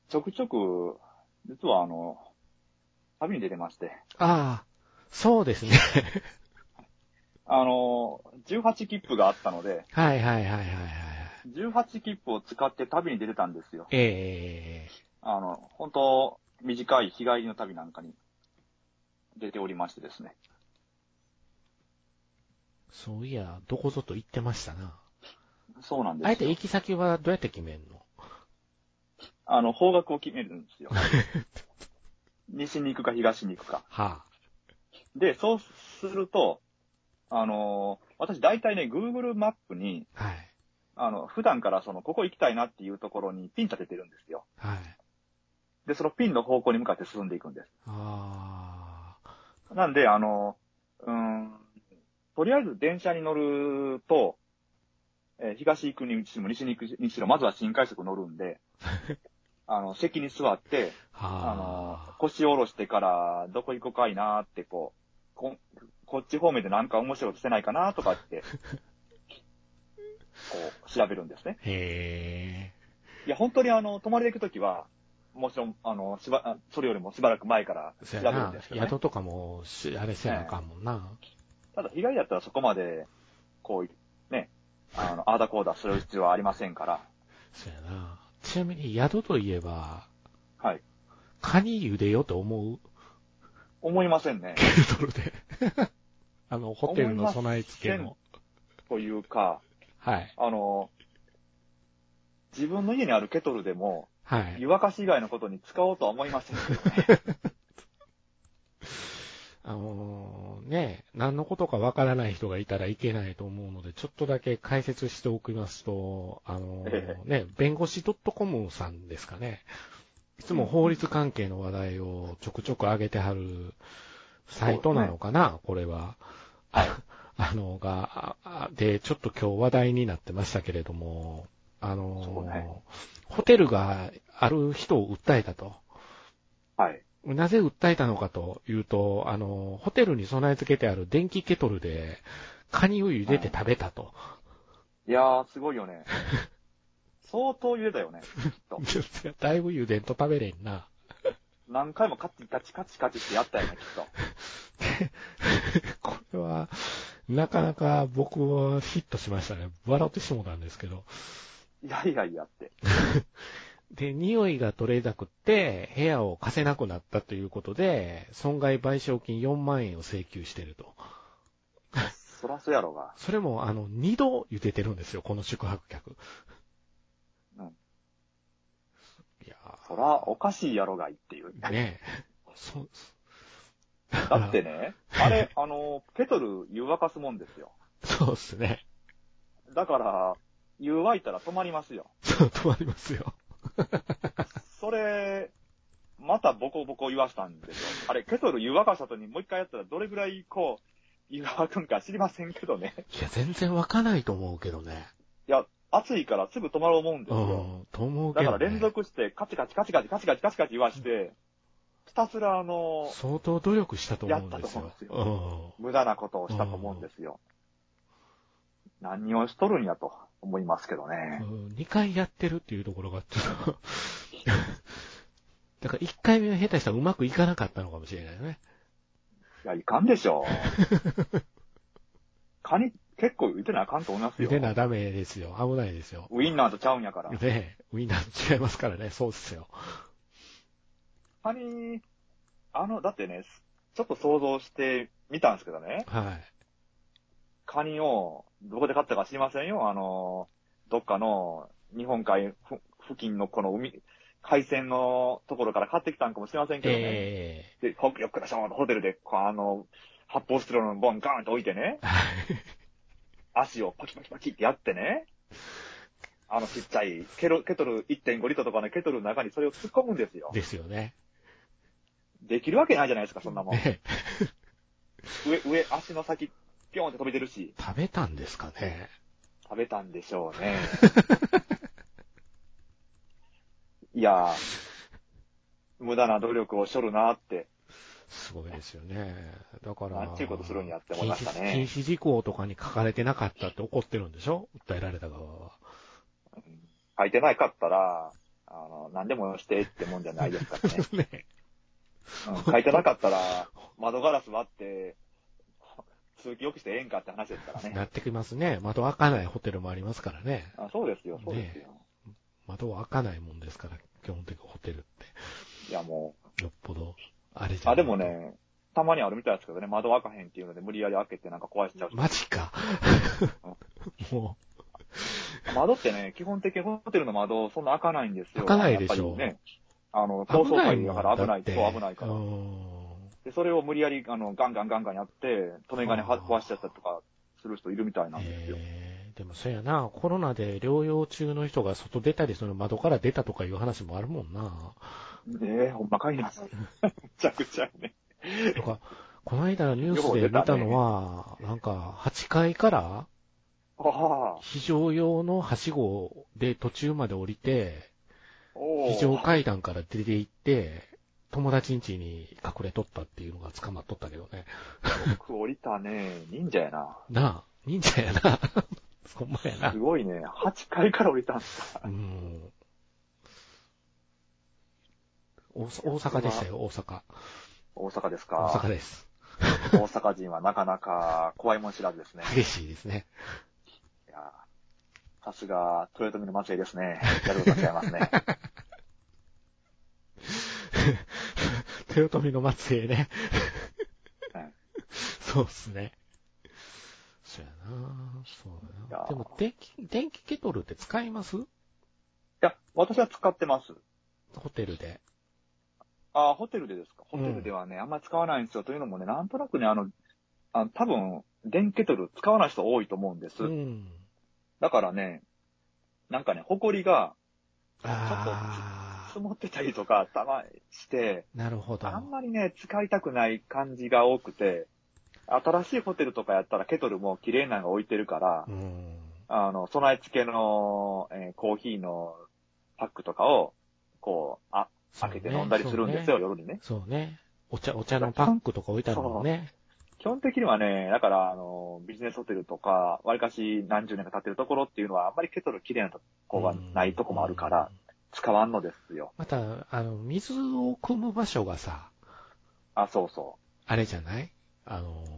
Speaker 2: ちょくちょく、実はあの、旅に出てまして、
Speaker 1: ああ、そうですね。
Speaker 2: あの、18切符があったので、
Speaker 1: はいはいはいはいはい。
Speaker 2: 18切符を使って旅に出てたんですよ。
Speaker 1: ええ
Speaker 2: あの、本当短い日帰りの旅なんかに出ておりましてですね。
Speaker 1: そういや、どこぞと言ってましたな。
Speaker 2: そうなんです
Speaker 1: あ
Speaker 2: よ。
Speaker 1: えて行き先はどうやって決めんの
Speaker 2: あの、方角を決めるんですよ。西に行くか東に行くか。
Speaker 1: は
Speaker 2: で、そうすると、あのー私大体ね、Google マップに、
Speaker 1: あ、はい。
Speaker 2: あの、普段からその、ここ行きたいなっていうところにピン立ててるんですよ。
Speaker 1: はい。
Speaker 2: で、そのピンの方向に向かって進んでいくんです。
Speaker 1: ああ、
Speaker 2: なんで、あのーうーん、とりあえず電車に乗ると、えー東行くにしろ、西に行くにしろ、まずは新快速乗るんで、あの、席に座って、あの
Speaker 1: はあ、、
Speaker 2: 腰を下ろしてから、どこ行こうかいなーって、こう、こ、こっち方面でなんか面白いことしてないかなと かって、こう、調べるんですね。
Speaker 1: へえ、
Speaker 2: いや、本当にあの、泊まりで行くときは、もちろん、あの、しば、あそれよりもしばらく前から
Speaker 1: そ
Speaker 2: 調
Speaker 1: や
Speaker 2: べるん
Speaker 1: な
Speaker 2: です、けど、ね、
Speaker 1: 宿とかもし、あれせなあかんもんな。
Speaker 2: ただ、被害だったらそこまで、こう、ね、あの、あーだこーだする必要はありませんから、
Speaker 1: そやな。ちなみに宿といえば、
Speaker 2: はい。
Speaker 1: カニ茹でよと思う
Speaker 2: 思いませんね。
Speaker 1: ケルトルで。 あの、ホテルの備え付け
Speaker 2: 思
Speaker 1: の。
Speaker 2: というか、
Speaker 1: はい。
Speaker 2: あの、自分の家にあるケトルでも、
Speaker 1: はい。
Speaker 2: 湯沸かし以外のことに使おうとは思いませんけどね。
Speaker 1: あのーね、何のことかわからない人がいたらいけないと思うので、ちょっとだけ解説しておきますと、あの
Speaker 2: え
Speaker 1: ーね、弁護士 .com さんですかね。いつも法律関係の話題をちょくちょく上げてはるサイトなのかな、これは。あ あの、が、ああで、ちょっと今日話題になってましたけれども、あ
Speaker 2: そ
Speaker 1: の
Speaker 2: う
Speaker 1: ー
Speaker 2: ね
Speaker 1: ホテルがある人を訴えたと。
Speaker 2: はい。
Speaker 1: なぜ訴えたのかというと、あの、ホテルに備え付けてある電気ケトルで、カニを茹でて食べたと。
Speaker 2: いやー、すごいよね。相当茹でたよね。うん
Speaker 1: だいぶ茹でんと食べれんな。
Speaker 2: 何回もカチカチカチカチってやったよね、きっと。
Speaker 1: これは、なかなか僕はヒットしましたね。笑ってしもたんですけど。
Speaker 2: いやいやいやって。
Speaker 1: で、匂いが取れなくって、部屋を貸せなくなったということで、損害賠償金4万円を請求してると。
Speaker 2: そらそうやろが。
Speaker 1: それも、あの、2度茹でてるんですよ、この宿泊客。
Speaker 2: うん
Speaker 1: いやー
Speaker 2: そそら、おかしいやろがいっていう。
Speaker 1: ねえ。そう、
Speaker 2: だってね、あれ、あの、ペトル湯沸かすもんですよ。
Speaker 1: そうっすね。
Speaker 2: だから、湯沸いたら止まりますよ。
Speaker 1: そう、止まりますよ。
Speaker 2: それ、またボコボコ言わしたんですよ。あれ、ケトル湯沸かした後にもう一回やったらどれぐらいこう、湯沸くんか知りませんけどね。
Speaker 1: いや、全然湧かないと思うけどね。
Speaker 2: いや、暑いからすぐ止まる思うんです
Speaker 1: う
Speaker 2: よ。
Speaker 1: ん、と思うけ
Speaker 2: だ
Speaker 1: ど、
Speaker 2: か
Speaker 1: ね。
Speaker 2: ら連続してカチカチカチカチカチカチカチカチ言わして、ひたすらあの、
Speaker 1: 相当努力したと思うんです
Speaker 2: やっ
Speaker 1: よ。
Speaker 2: たと無駄なことをしたと思うんですよ。何をしとるんやと思いますけどね。
Speaker 1: うん。2回やってるっていうところが、ちょっと だから1回目は下手したらうまくいかなかったのかもしれないね。
Speaker 2: いや、いかんでしょう。カニ、結構打てなあかんと思います
Speaker 1: 茹
Speaker 2: よ。
Speaker 1: でなダメですよ。危ないですよ。
Speaker 2: ウインナーとちゃうんやから。
Speaker 1: ねえ、ウィンナー違いますからね。そうっすよ。
Speaker 2: 他に、あの、だってね、すちょっと想像してみたんですけどね、
Speaker 1: はい。
Speaker 2: カニをどこで買ったか知りませんよ。あの、どっかの日本海ふ付近のこの海、海鮮のところから買ってきたんかもしれませんけどね。
Speaker 1: え
Speaker 2: で、ほよっくらしょーとホテルで、こうあの、発泡スチロールのボンガーンと置いてね
Speaker 1: え、はい
Speaker 2: 足をパキパキパキってやってね、あのちっちゃいケロケトル1.5リットルとかのケトルの中にそれを突っ込むんですよ。
Speaker 1: ですよね。
Speaker 2: できるわけないじゃないですか、そんなもん。
Speaker 1: ねえ
Speaker 2: 上、上、足の先、ぴょんって飛び出るし、
Speaker 1: 食べたんですかね。
Speaker 2: 食べたんでしょ うね。いやー、無駄な努力をしょるなーって。
Speaker 1: すごいですよね。だから、
Speaker 2: なんていうことするんやって思いましたね
Speaker 1: 禁止禁止事項とかに書かれてなかったって怒ってるんでしょ訴えられた側は。
Speaker 2: 書いてないかったら、あの、何でもしてってもんじゃないですからね。
Speaker 1: ねえ
Speaker 2: うん書いてなかったら、窓ガラス割って、通気良くしてええんかって話ですから
Speaker 1: な
Speaker 2: ね。
Speaker 1: ってきますね。窓開かないホテルもありますからね。
Speaker 2: あそうですよ、そうですよ。
Speaker 1: 窓は開かないもんですから、基本的にホテルっ
Speaker 2: いやも
Speaker 1: て。よっぽど、あれじ
Speaker 2: う、
Speaker 1: ゃ
Speaker 2: あ、でも。ね、たまにあるみたいですけどね、窓開かへんっていうので無理やり開けてなんか壊しちゃう人
Speaker 1: マジ か。も
Speaker 2: 窓ってね、基本的にホテルの窓、そんな開かないんです
Speaker 1: 開
Speaker 2: よ。
Speaker 1: かないでしょ
Speaker 2: やっぱりね。あの、
Speaker 1: う、
Speaker 2: 高
Speaker 1: 危
Speaker 2: 層
Speaker 1: ない
Speaker 2: 階
Speaker 1: も
Speaker 2: だ
Speaker 1: ん。
Speaker 2: から危ない。
Speaker 1: だって
Speaker 2: そう危ないから
Speaker 1: う。ん
Speaker 2: で、それを無理やり、あの、ガンガンガンガンやって、止め金は
Speaker 1: あー
Speaker 2: 壊しちゃったりとかする人いるみたいなんですよ。
Speaker 1: えーでもそやな、コロナで療養中の人が外出たり、その窓から出たとかいう話もあるもんな。
Speaker 2: ねえ、ほんま かいな。めちゃくちゃね。
Speaker 1: とか、この間のニュースで見たのは、なんか、8階から
Speaker 2: ああ、
Speaker 1: 非常用のはしごで途中まで降りて、
Speaker 2: お
Speaker 1: 非常
Speaker 2: ー
Speaker 1: 階段から出て行って、友達ん家に隠れとったっていうのが捕まっとったけどね。
Speaker 2: よく降りたね。忍者やな。
Speaker 1: なあ、忍者やな。 ほんまやな
Speaker 2: す。ごいね。8階から降りたんですか。
Speaker 1: うん。大阪大阪でしたよ、大阪。
Speaker 2: 大阪です
Speaker 1: 大
Speaker 2: か。
Speaker 1: 阪です。
Speaker 2: 大阪人はなかなか怖いもん知らずですね。
Speaker 1: 激しいですね。
Speaker 2: いやーさすが、豊臣の末裔ですね。やることは違いますね。
Speaker 1: 豊臣の末裔ね
Speaker 2: うん。
Speaker 1: そうっすね。そうやなそうや
Speaker 2: いや
Speaker 1: なでも、電気、電気ケトルって使います
Speaker 2: いや、私は使ってます。
Speaker 1: ホテルで。
Speaker 2: あーホテルでですか。
Speaker 1: う
Speaker 2: ホ
Speaker 1: ん
Speaker 2: テルではね、あんまり使わないんですよ。というのもね、なんとなくね、あの、あの多分、電気ケトル使わない人多いと思うんです。
Speaker 1: うん。
Speaker 2: だからね、なんかね、埃が
Speaker 1: あ
Speaker 2: 積もってたりとか、たまして、
Speaker 1: あ、なるほど。
Speaker 2: あんまりね、使いたくない感じが多くて、新しいホテルとかやったらケトルも綺麗なのが置いてるから
Speaker 1: う、ん。
Speaker 2: あの、備え付けの、えーコーヒーのパックとかを、こう、あ、開けて飲んだりするんですよ、夜にね。
Speaker 1: そうね。そうね。お茶、お茶のパックとか置いてあるもんね。
Speaker 2: 基本的にはね、だから、あの、ビジネスホテルとか、わりかし何十年か経ってるところっていうのは、あんまりケトル綺麗なとこがないとこもあるから、
Speaker 1: うん。
Speaker 2: 使わんのですよ。
Speaker 1: また、あの、水を汲む場所がさ、
Speaker 2: あ、そうそ
Speaker 1: あれじゃないあのー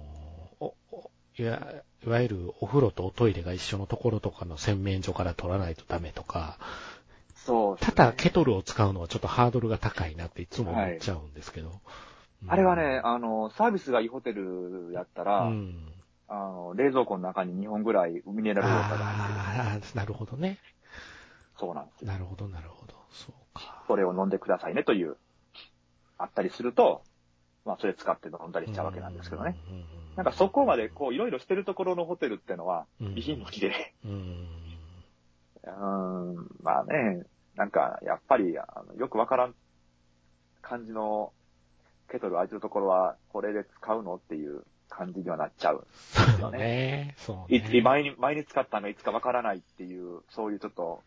Speaker 1: お、お、いわ、いわゆるお風呂とおトイレが一緒のところとかの洗面所から取らないとダメとか、
Speaker 2: う。そう、
Speaker 1: ただケトルを使うのはちょっとハードルが高いなっていつも思っちゃうんですけど。うん
Speaker 2: あれはね、、あの、サービスがいいホテルやった
Speaker 1: う
Speaker 2: ら、
Speaker 1: ん。
Speaker 2: あの、冷蔵庫の中に2本ぐらいミネラルウォーターが入ってる。
Speaker 1: ああ、なるほどね。
Speaker 2: そうなんですよ。
Speaker 1: なるほど、なるほど。そうか。
Speaker 2: それを飲んでくださいねという、あったりすると、まあ、それ使って飲んだりしちゃうわけなんですけどね。
Speaker 1: うううう。
Speaker 2: なんかそこまでこう、いろいろしてるところのホテルってのは、
Speaker 1: うん
Speaker 2: 備品もきで、
Speaker 1: うーん。
Speaker 2: うーん、まあね、なんか、やっぱり、あのよくわからん感じのケトル開いてるところは、これで使うのっていう感じにはなっちゃう。
Speaker 1: そうね。そう
Speaker 2: い
Speaker 1: ね。
Speaker 2: つ前に、前に使ったのがいつかわからないっていう、そういうちょっと、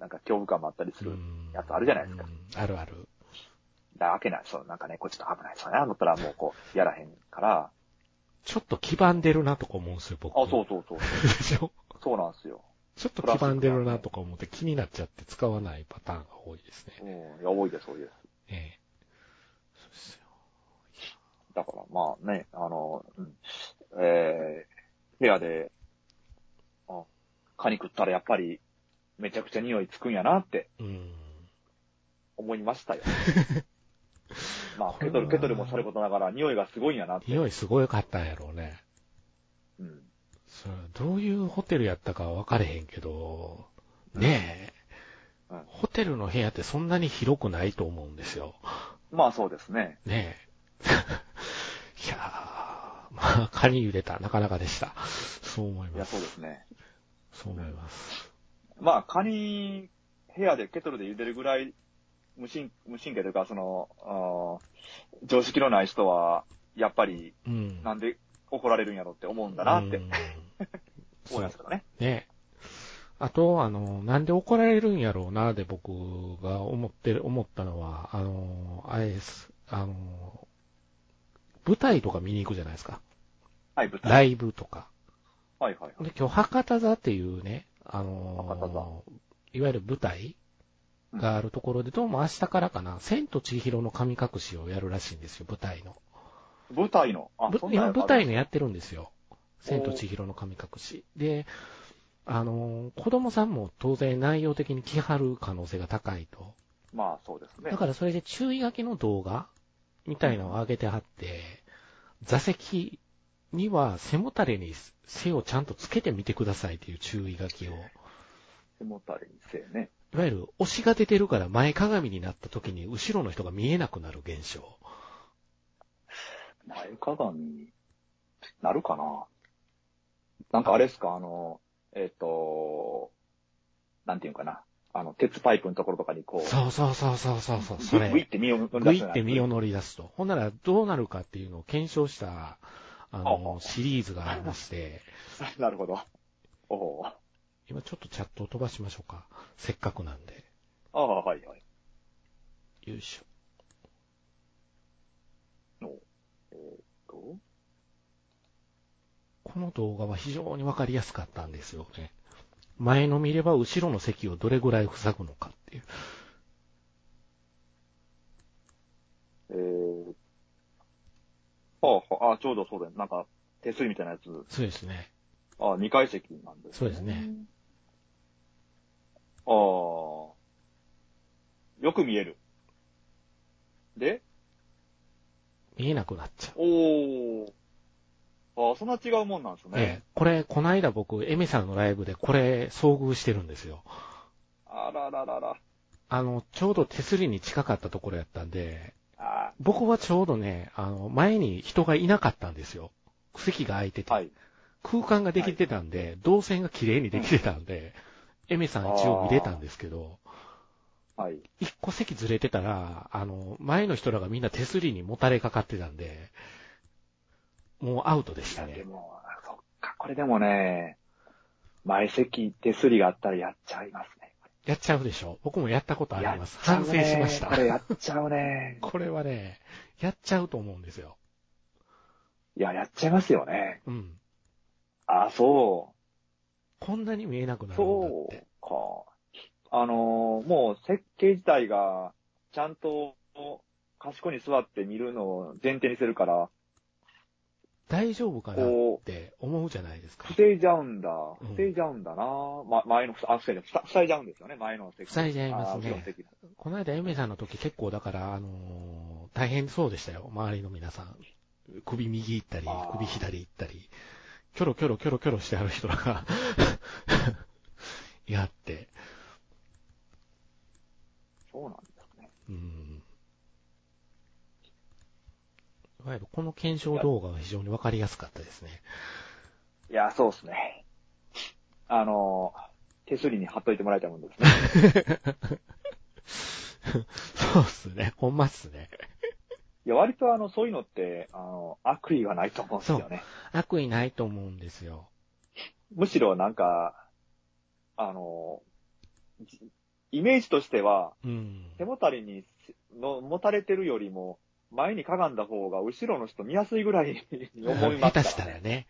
Speaker 2: なんか恐怖感もあったりする。
Speaker 1: うん
Speaker 2: やつあるじゃないですか
Speaker 1: うんあるある。
Speaker 2: だから開けない、そう、なんかね、これちょっと危ないですよね。思ったらもうこう、やらへんから。
Speaker 1: ちょっと黄ばんでるなとか思うんですよ、僕。
Speaker 2: あ、そうそうそう。
Speaker 1: う。でしょ
Speaker 2: そうなんですよ。
Speaker 1: ちょっと黄ばんでるなとか思って気になっちゃって使わないパターンが多いですね。
Speaker 2: うん、いや、多いです、多いです。
Speaker 1: ええ。そうですよ。
Speaker 2: だから、まあね、あの、うん、えー、部屋で、あ、カニ食ったらやっぱり、めちゃくちゃ匂いつくんやなって
Speaker 1: うん。
Speaker 2: 思いました よ。まあ、
Speaker 1: これ
Speaker 2: ケ
Speaker 1: は
Speaker 2: トル、ケトルもさることながら、匂いがすごいんやなって。
Speaker 1: 匂いすごいかったんやろうね。
Speaker 2: うん。
Speaker 1: それどういうホテルやったかは分かれへんけど、ねえ、
Speaker 2: うん
Speaker 1: ホテルの部屋ってそんなに広くないと思うんですよ。
Speaker 2: まあ、そうですね。
Speaker 1: ね え。いやー、まあ、カニ入れた、なかなかでした。そう思い
Speaker 2: い
Speaker 1: ま
Speaker 2: や、
Speaker 1: す。
Speaker 2: そうですね。
Speaker 1: そう思います。
Speaker 2: まあ、カニ、部屋でケトルで茹でるぐらい、無神無神経というか、その、あー常識のない人は、やっぱり、
Speaker 1: うん。
Speaker 2: なんで怒られるんやろって思うんだなって
Speaker 1: うん
Speaker 2: 思いますけどね。
Speaker 1: ねあと、あの、なんで怒られるんやろうな、で僕が思ってる、思ったのは、あの、あれです。あの、舞台とか見に行くじゃないですか。
Speaker 2: はい、舞台。
Speaker 1: ライブとか。
Speaker 2: はいはいはい。
Speaker 1: で、今日博多座っていうね、あ
Speaker 2: 博
Speaker 1: の
Speaker 2: 多
Speaker 1: ーいわゆる舞台があるところで、どうも明日からかな、千と千尋の神隠しをやるらしいんですよ、舞台の。
Speaker 2: 舞台の、あ、そん
Speaker 1: ぶ
Speaker 2: なん
Speaker 1: 今
Speaker 2: やっ
Speaker 1: 舞
Speaker 2: ぱあ
Speaker 1: 台
Speaker 2: る
Speaker 1: のやってるんですよ。千と千尋の神隠し。で、あのー子供さんも当然内容的に来はる可能性が高いと。
Speaker 2: まあそうですね
Speaker 1: だ。からそれで注意書きの動画みたいなのを上げてはって、座席には背もたれに背をちゃんとつけてみてくださいっていう注意書きを。
Speaker 2: 背もたれにせえね。
Speaker 1: いわゆる、押しが出てるから前かがみになった時に後ろの人が見えなくなる現象。
Speaker 2: 前かがみになるかななんかあれですか、あの、えっ、と、なんていうのかな。あの、鉄パイプのところとかにこう、
Speaker 1: そうそうそうそうそうそう、そ
Speaker 2: グイ グイっ
Speaker 1: れ。
Speaker 2: て身を乗り
Speaker 1: グ
Speaker 2: 出
Speaker 1: イ
Speaker 2: すよう
Speaker 1: っ
Speaker 2: な
Speaker 1: て身を乗り出すと。ほんならどうなるかっていうのを検証した、あ
Speaker 2: あ
Speaker 1: の、
Speaker 2: あ
Speaker 1: シリーズがありまして、
Speaker 2: なるほど。おお。あ
Speaker 1: 今ちょっとチャットを飛ばしましょうか。せっかくなんで。
Speaker 2: あ、はいはい。
Speaker 1: よいしょ。
Speaker 2: えーっと、
Speaker 1: この動画は非常にわかりやすかったんですよね。前の見れば後ろの席をどれぐらい塞ぐのかっていう。
Speaker 2: えー、はあ、はあ、あちょうどそうだよ。なんか、手すりみたいなやつ。
Speaker 1: そうですね。
Speaker 2: ああ、二階席なんですね。
Speaker 1: そうですね。
Speaker 2: ああ、よく見える。で、
Speaker 1: 見えなくなっちゃう。
Speaker 2: おー。ああ、そんな違うもんなんですね。
Speaker 1: ええ、これ、こないだ僕、エミさんのライブでこれ、遭遇してるんですよ。
Speaker 2: あらららら。
Speaker 1: あの、ちょうど手すりに近かったところやったんで、
Speaker 2: あ
Speaker 1: 僕はちょうどね、あの、前に人がいなかったんですよ。席が空いてて、
Speaker 2: あ、はい。
Speaker 1: 空間ができてたんで、動線が綺麗にできてたんで、エミさん一応見れたんですけど、
Speaker 2: はい。
Speaker 1: 一個席ずれてたら、あの、前の人らがみんな手すりにもたれかかってたんで、もうアウトでした
Speaker 2: いやで
Speaker 1: ね。
Speaker 2: も、そっか、これでもね、前席手すりがあったらやっちゃいますね。
Speaker 1: やっちゃうでしょ僕もやったことあります。
Speaker 2: やっ
Speaker 1: 反
Speaker 2: ち
Speaker 1: 省
Speaker 2: ゃうね
Speaker 1: しました。
Speaker 2: これやっちゃうね。
Speaker 1: これはね、やっちゃうと思うんですよ。
Speaker 2: いや、やっちゃいますよね。
Speaker 1: うん。
Speaker 2: ああ、そ
Speaker 1: こんなに見えなく
Speaker 2: う。
Speaker 1: なるんだっ
Speaker 2: そう
Speaker 1: て。
Speaker 2: か。あのーもう設計自体が、ちゃんと、賢いに座って見るのを前提にしてるから、
Speaker 1: 大丈夫かなっ
Speaker 2: こう、
Speaker 1: て思うじゃないですか。
Speaker 2: 防いじゃうんだ
Speaker 1: うん。
Speaker 2: 防いじゃうんだな。ま、前の、あ、防いじゃうふさ塞いじゃうんですよね、前の席。
Speaker 1: 塞いじゃいますね
Speaker 2: あ後ろの席
Speaker 1: この間、エメさんの時結構だから、あのー大変そうでしたよ。周りの皆さん。首右行ったり
Speaker 2: あ、ー
Speaker 1: 首左行ったり、キョ ロキョロキョロキョロしてある人らが、やって。
Speaker 2: そうなんですね。
Speaker 1: うん。いわゆるこの検証動画は非常にわかりやすかったですね。
Speaker 2: いや、そうですね。あの、手すりに貼っといてもらいたいもんですね。
Speaker 1: そうっすね。ほんまっすね。
Speaker 2: いや、割とあの、そういうのって、あの、悪意はないと思うんですよね。
Speaker 1: 悪意ないと思うんですよ。
Speaker 2: むしろなんか、あの、じイメージとしては、
Speaker 1: うん。
Speaker 2: 手もたれにの、持たれてるよりも、前にかがんだ方が、後ろの人見やすいぐらいに 思いま
Speaker 1: 下
Speaker 2: すから、ね。
Speaker 1: 手したらね。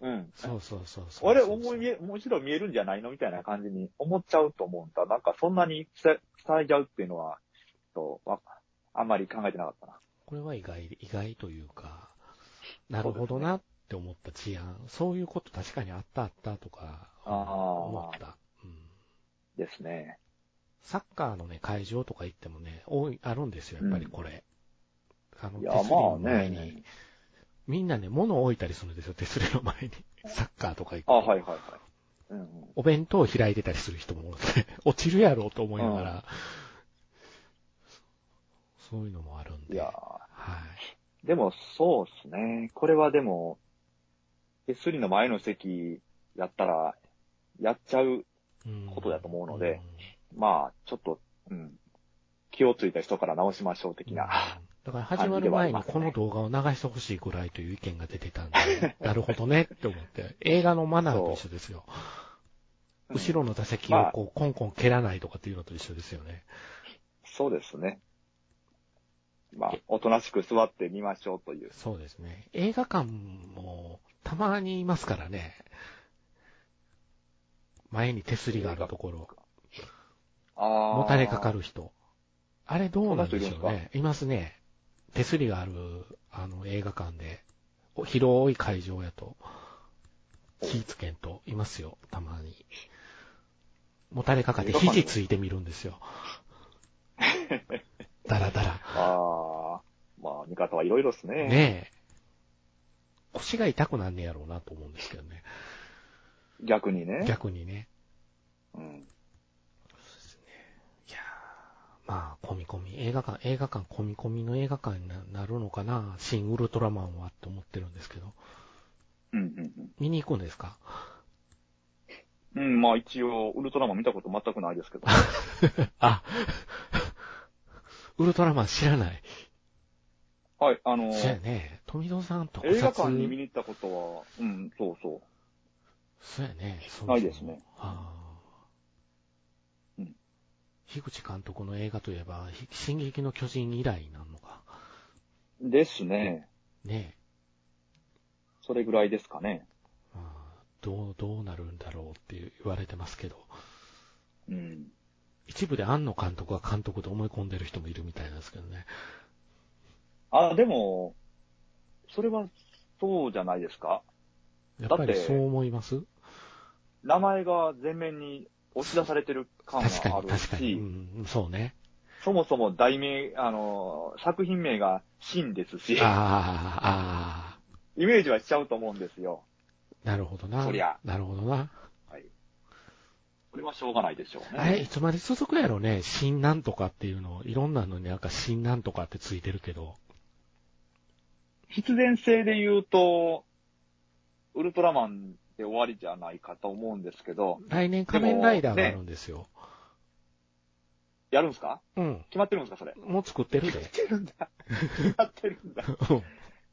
Speaker 2: うん。
Speaker 1: そうそうそうそう。
Speaker 2: 俺、思い見え、むしろ見えるんじゃないのみたいな感じに思っちゃうと思うんだ。なんか、そんなに塞いじゃうっていうのは、ちょっと、わあんまり考えてなかったな。
Speaker 1: これは意外、意外というか、なるほどなって思った事案。そういうこと確かにあったあったとか、
Speaker 2: あー
Speaker 1: 思った。うん。
Speaker 2: ですね。
Speaker 1: サッカーのね、会場とか行ってもね、多い、あるんですよ、やっぱりこれ。あの、
Speaker 2: いや
Speaker 1: 手すりの前に、
Speaker 2: まあね
Speaker 1: みんなね、物を置いたりするんですよ、手すりの前に。サッカーとか行く
Speaker 2: あ、
Speaker 1: と。
Speaker 2: はいはいはい。うんうん。
Speaker 1: お弁当を開いてたりする人もおるので、 落ちるやろうと思いながら、そういうのもあるん
Speaker 2: い
Speaker 1: で。
Speaker 2: や
Speaker 1: は
Speaker 2: ーでもそうですね。これはでも、手すりの前の席やったら、やっちゃう。
Speaker 1: い。ん
Speaker 2: ことだと思うので、まあ、ちょっと、うん。気をついた人から直しましょう
Speaker 1: う
Speaker 2: 的
Speaker 1: ん
Speaker 2: な。
Speaker 1: だから始まる前にこの動画を流してほしいぐらいという意見が出てたん で、なるほどねって思って、映画のマナーと一緒ですよ。後
Speaker 2: ろ。
Speaker 1: ろの座席をこう、コンコン蹴らないとかっていうのと一緒ですよね。
Speaker 2: そうですね。まあ、おとなしく座ってみましょうという。
Speaker 1: そうですね。映画館もたまにいますからね。前に手すりがあるところ。
Speaker 2: ああ。
Speaker 1: もたれかか。る人。あれどうなんでし
Speaker 2: そ
Speaker 1: ょう
Speaker 2: んな人いるん
Speaker 1: ね。いますね。手すりがある、あの、映画館で、お広い会場やと、気ぃつけんと、いますよ、たまに。もたれかかって、
Speaker 2: 映画館でも
Speaker 1: 肘ついてみるんです よ。だらだら。
Speaker 2: ああ。まあ、見方はいろいろですね。
Speaker 1: ねえ。腰が痛くなんねやろうなと思うんですけどね。
Speaker 2: 逆にね。
Speaker 1: 逆にね。
Speaker 2: うん。
Speaker 1: いやーまあ、込み込み、映画館、映画館、込み込みの映画館にななるのかな、新ウルトラマンはって思ってるんですけど。
Speaker 2: うんうんうん。
Speaker 1: 見に行くんですか
Speaker 2: うん、まあ一応、ウルトラマン見たこと全くないです けど。
Speaker 1: あ、 ウルトラマン知らない。
Speaker 2: はい、あのー
Speaker 1: そうやね。富蔵さんと
Speaker 2: 映画館に見に行ったことは、うん、そうそ
Speaker 1: そうやね。そもそも
Speaker 2: ないですね。
Speaker 1: ああ
Speaker 2: うん。
Speaker 1: 樋口監督の映画といえば、ひ進撃の巨人以来になるのか。
Speaker 2: う。ですね。
Speaker 1: ねえ。
Speaker 2: それぐらいですかね。
Speaker 1: まあどう、どうなるんだろうって言われてますけど。
Speaker 2: うん。
Speaker 1: 一部で庵野監督は監督と思い込んでる人もいるみたいなんですけどね。
Speaker 2: あ、でも、それは、そうじゃないですか。
Speaker 1: やっぱ
Speaker 2: だ
Speaker 1: り
Speaker 2: って
Speaker 1: そう思います
Speaker 2: 名前が前面に押し出されてる感
Speaker 1: 確か
Speaker 2: はあ
Speaker 1: に、
Speaker 2: る
Speaker 1: 確かに。う
Speaker 2: し、
Speaker 1: ん、そうね。
Speaker 2: そもそも題名、あのー、作品名がシンですし、
Speaker 1: ああ、ああ。
Speaker 2: イメージはしちゃうと思うんですよ。
Speaker 1: なるほどな。
Speaker 2: そりゃ
Speaker 1: なるほどな。
Speaker 2: これはしょうがないでしょうね。
Speaker 1: あれ、いつまで続くやろね。新なんとかっていうの、いろんなのになんか新なんとかってついてるけど。
Speaker 2: 必然性で言うと、ウルトラマンで終わりじゃないかと思うんですけど、
Speaker 1: 来年仮面ライダーがあるんですよ。
Speaker 2: やるんですか
Speaker 1: うん。
Speaker 2: 決まってるんですかそ れ。
Speaker 1: もう作ってるで。
Speaker 2: 決まってるんだ。決まってるんだ。
Speaker 1: うん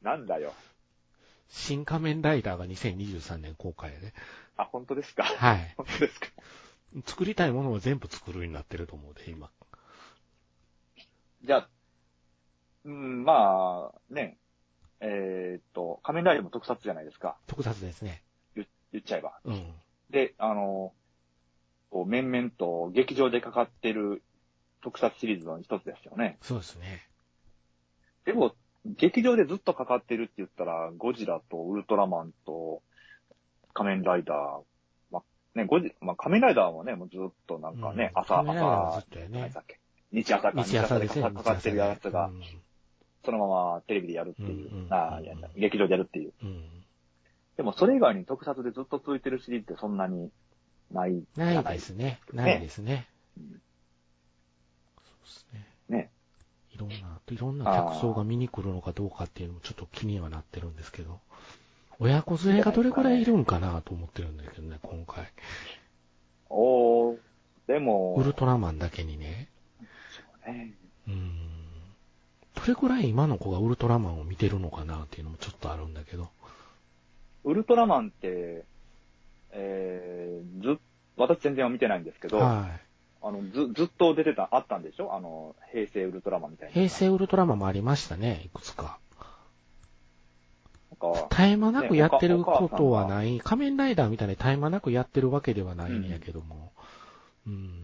Speaker 2: なんだよ。
Speaker 1: 新仮面ライダーが2023年公開やね。
Speaker 2: あ、本当ですか
Speaker 1: はい。
Speaker 2: 本当ですか
Speaker 1: 作りたいものを全部作るようになってると思うで、今。
Speaker 2: じゃあ、うん、まあ、ね、えーっと、仮面ライダーも特撮じゃないですか。
Speaker 1: 特撮ですね。
Speaker 2: 言っちゃえば。
Speaker 1: うん。で
Speaker 2: で、あの、こう面々と劇場でかかってる特撮シリーズの一つですよね。
Speaker 1: そうですね。
Speaker 2: でも、劇場でずっとかかってるって言ったら、ゴジラとウルトラマンと仮面ライダー、まあ、ね、ゴジまあ、仮面ライダーもね、もうずっとなんかね、
Speaker 1: うん
Speaker 2: 朝、
Speaker 1: 仮面ライダーはず
Speaker 2: 朝
Speaker 1: っ、とや
Speaker 2: 何
Speaker 1: ね
Speaker 2: だ。っけ日朝か、
Speaker 1: 日朝ですね。
Speaker 2: かかってるやつが
Speaker 1: う、ん
Speaker 2: そのままテレビでやるっていう、
Speaker 1: うんうん
Speaker 2: ああ、いや劇場でやるっていう。
Speaker 1: うん。
Speaker 2: でも、それ以外に特撮でずっと続いてるシリーズってそんなにないじ
Speaker 1: な
Speaker 2: ゃ
Speaker 1: い
Speaker 2: ない
Speaker 1: ですね。ないですね。ですね。
Speaker 2: ね。
Speaker 1: いろんな、いろんな客層が見に来るのかどうかっていうのもちょっと気にはなってるんですけど、親子連れがどれくらいいるんかなと思ってるんだけどね、今回。
Speaker 2: おー、で
Speaker 1: ウ
Speaker 2: も、
Speaker 1: ルトラマンだけにね。
Speaker 2: ね
Speaker 1: うーん。どれくらい今の子がウルトラマンを見てるのかなっていうのもちょっとあるんだけど。
Speaker 2: ウルトラマンって、えー、ずっ私全然は見てないんですけど、
Speaker 1: は
Speaker 2: あのずずっと出てた、あったんでしょあの、平成ウルトラマンみたい
Speaker 1: い。
Speaker 2: な。
Speaker 1: 平成ウルトラマンもありましたね、いくつか。
Speaker 2: なんか、
Speaker 1: 絶え間なくやってることはない。仮面ライダーみたいに絶え間なくやってるわけではないんやけども。うん。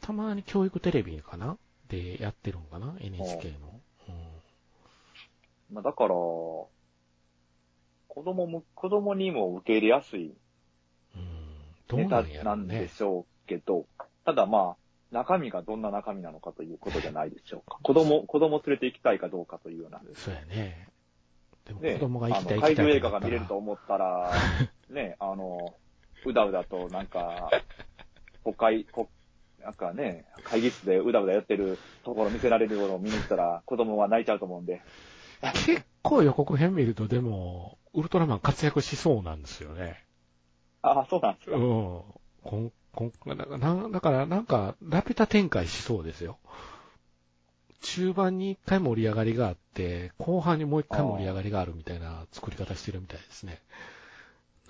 Speaker 1: たまに教育テレビかなでやってるんかな ?NHK の。うん
Speaker 2: まあ、だから、子供も、子供にも受け入れやすい
Speaker 1: うん。ど
Speaker 2: ネ
Speaker 1: う
Speaker 2: タ
Speaker 1: なんや
Speaker 2: な
Speaker 1: ろうんね
Speaker 2: で。しょうけど、ただまあ、中身がどんな中身なのかということじゃないでしょうか。子供、子供連れて行きたいかどうかというような。
Speaker 1: そうやね。でも
Speaker 2: ね
Speaker 1: 子供が行きたい
Speaker 2: あの
Speaker 1: 行き
Speaker 2: 怪
Speaker 1: た
Speaker 2: 獣
Speaker 1: い
Speaker 2: 映
Speaker 1: と
Speaker 2: 画
Speaker 1: 思
Speaker 2: が
Speaker 1: った
Speaker 2: 見れる
Speaker 1: ら
Speaker 2: と。思っ たら、ね、あの、うだうだと、なんか、国会、国なんかね、会議室でうだうだやってるところ見せられるものを見に行ったら、子供は泣いちゃうと思うんで、
Speaker 1: 結構予告編見るとでも、ウルトラマン活躍しそうなんですよね。
Speaker 2: ああ、そうなんで
Speaker 1: う
Speaker 2: すか。
Speaker 1: ん。こん、こん、だからな、だからなんか、ラピュタ展開しそうですよ。中盤に一回盛り上がりがあって、後半にもう一回盛り上がりがあるみたいな作り方してるみたいですね。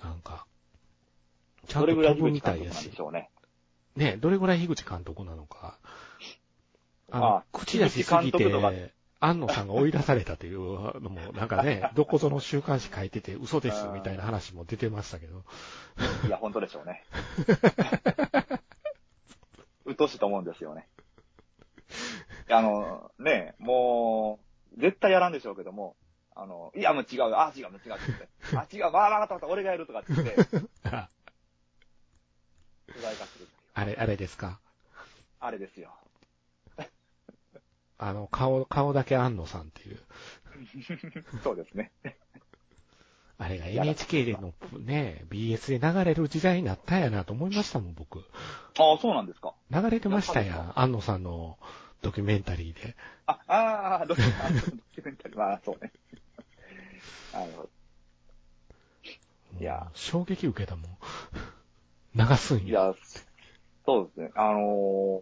Speaker 1: なんか、ちゃん
Speaker 2: そ
Speaker 1: と
Speaker 2: れぐらい
Speaker 1: 飛ぶ
Speaker 2: 樋口
Speaker 1: み
Speaker 2: 監
Speaker 1: たい
Speaker 2: 督
Speaker 1: や
Speaker 2: なん
Speaker 1: し
Speaker 2: でし。ょうね。
Speaker 1: ね、どれぐらい樋口監督なのか。あの、
Speaker 2: あ
Speaker 1: 口出しすぎ
Speaker 2: 樋口監督とか
Speaker 1: て、安野さんが追い出されたというのも、なんか ね、どこぞの週刊誌書いてて嘘ですみたいな話も出てましたけど。
Speaker 2: いや、本当でしょうね。うっとうしいと思うんですよね。あの、ねもう、絶対やらんでしょうけども、あの、いや、もう違うよ、あ、違う、もう違うって言って、あ、違う、わあ、わかった、わかった、俺がやるとかって言って、主題化する。
Speaker 1: あれ、あれですか
Speaker 2: あれですよ。
Speaker 1: あの、顔、顔だけ安野さんっていう。
Speaker 2: そうですね。
Speaker 1: あれが NHK でのね、BS で流れる時代になったんやなと思いましたもん、僕。
Speaker 2: ああ、そうなんですか。
Speaker 1: 流れてましたや
Speaker 2: やっぱ
Speaker 1: ん、安野さんのドキュメンタリーで。
Speaker 2: あ、ああ、ドキュあドキュメンタリー。まあ、そうね。あの、いや
Speaker 1: もう衝撃受けたもん。流すん
Speaker 2: い
Speaker 1: や。
Speaker 2: や、そうですね。あのー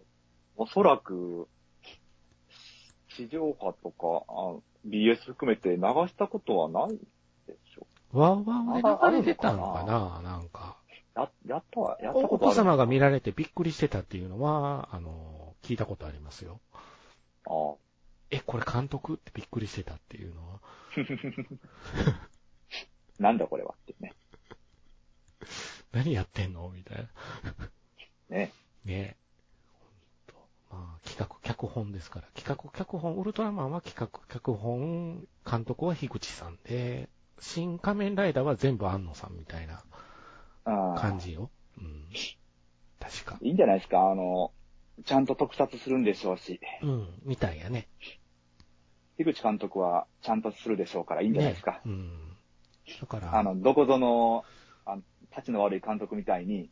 Speaker 2: おそらく、地上波とか、あ BS 含めて流したことはないでしょ
Speaker 1: わーわーで流れてたのかな、なんか。
Speaker 2: う。や、やったは、やった
Speaker 1: お
Speaker 2: こ
Speaker 1: お
Speaker 2: とあ
Speaker 1: 子
Speaker 2: る。
Speaker 1: 様が見られてびっくりしてたっていうのは、あの、聞いたことありますよ。
Speaker 2: あ
Speaker 1: え、これ監督ってびっくりしてたっていうのは。
Speaker 2: あなんだこれはってね。
Speaker 1: 何やってんのみたいな。
Speaker 2: ね。
Speaker 1: ねえ。ほんとまあ、企画、脚本ですから。企画、脚本、ウルトラマンは企画、脚本、監督は樋口さんで、新仮面ライダーは全部安野さんみたいな
Speaker 2: ああ
Speaker 1: 感。じよ。うん。確か。
Speaker 2: いいんじゃないですか。あの、ちゃんと特撮するんでしょうし、
Speaker 1: うん、みたいやね。
Speaker 2: 樋口監督はちゃんとするでしょうから、いいんじゃないですか。
Speaker 1: ねうん。だから、
Speaker 2: あの、どこぞの、あの、立ちの悪い監督みたいに、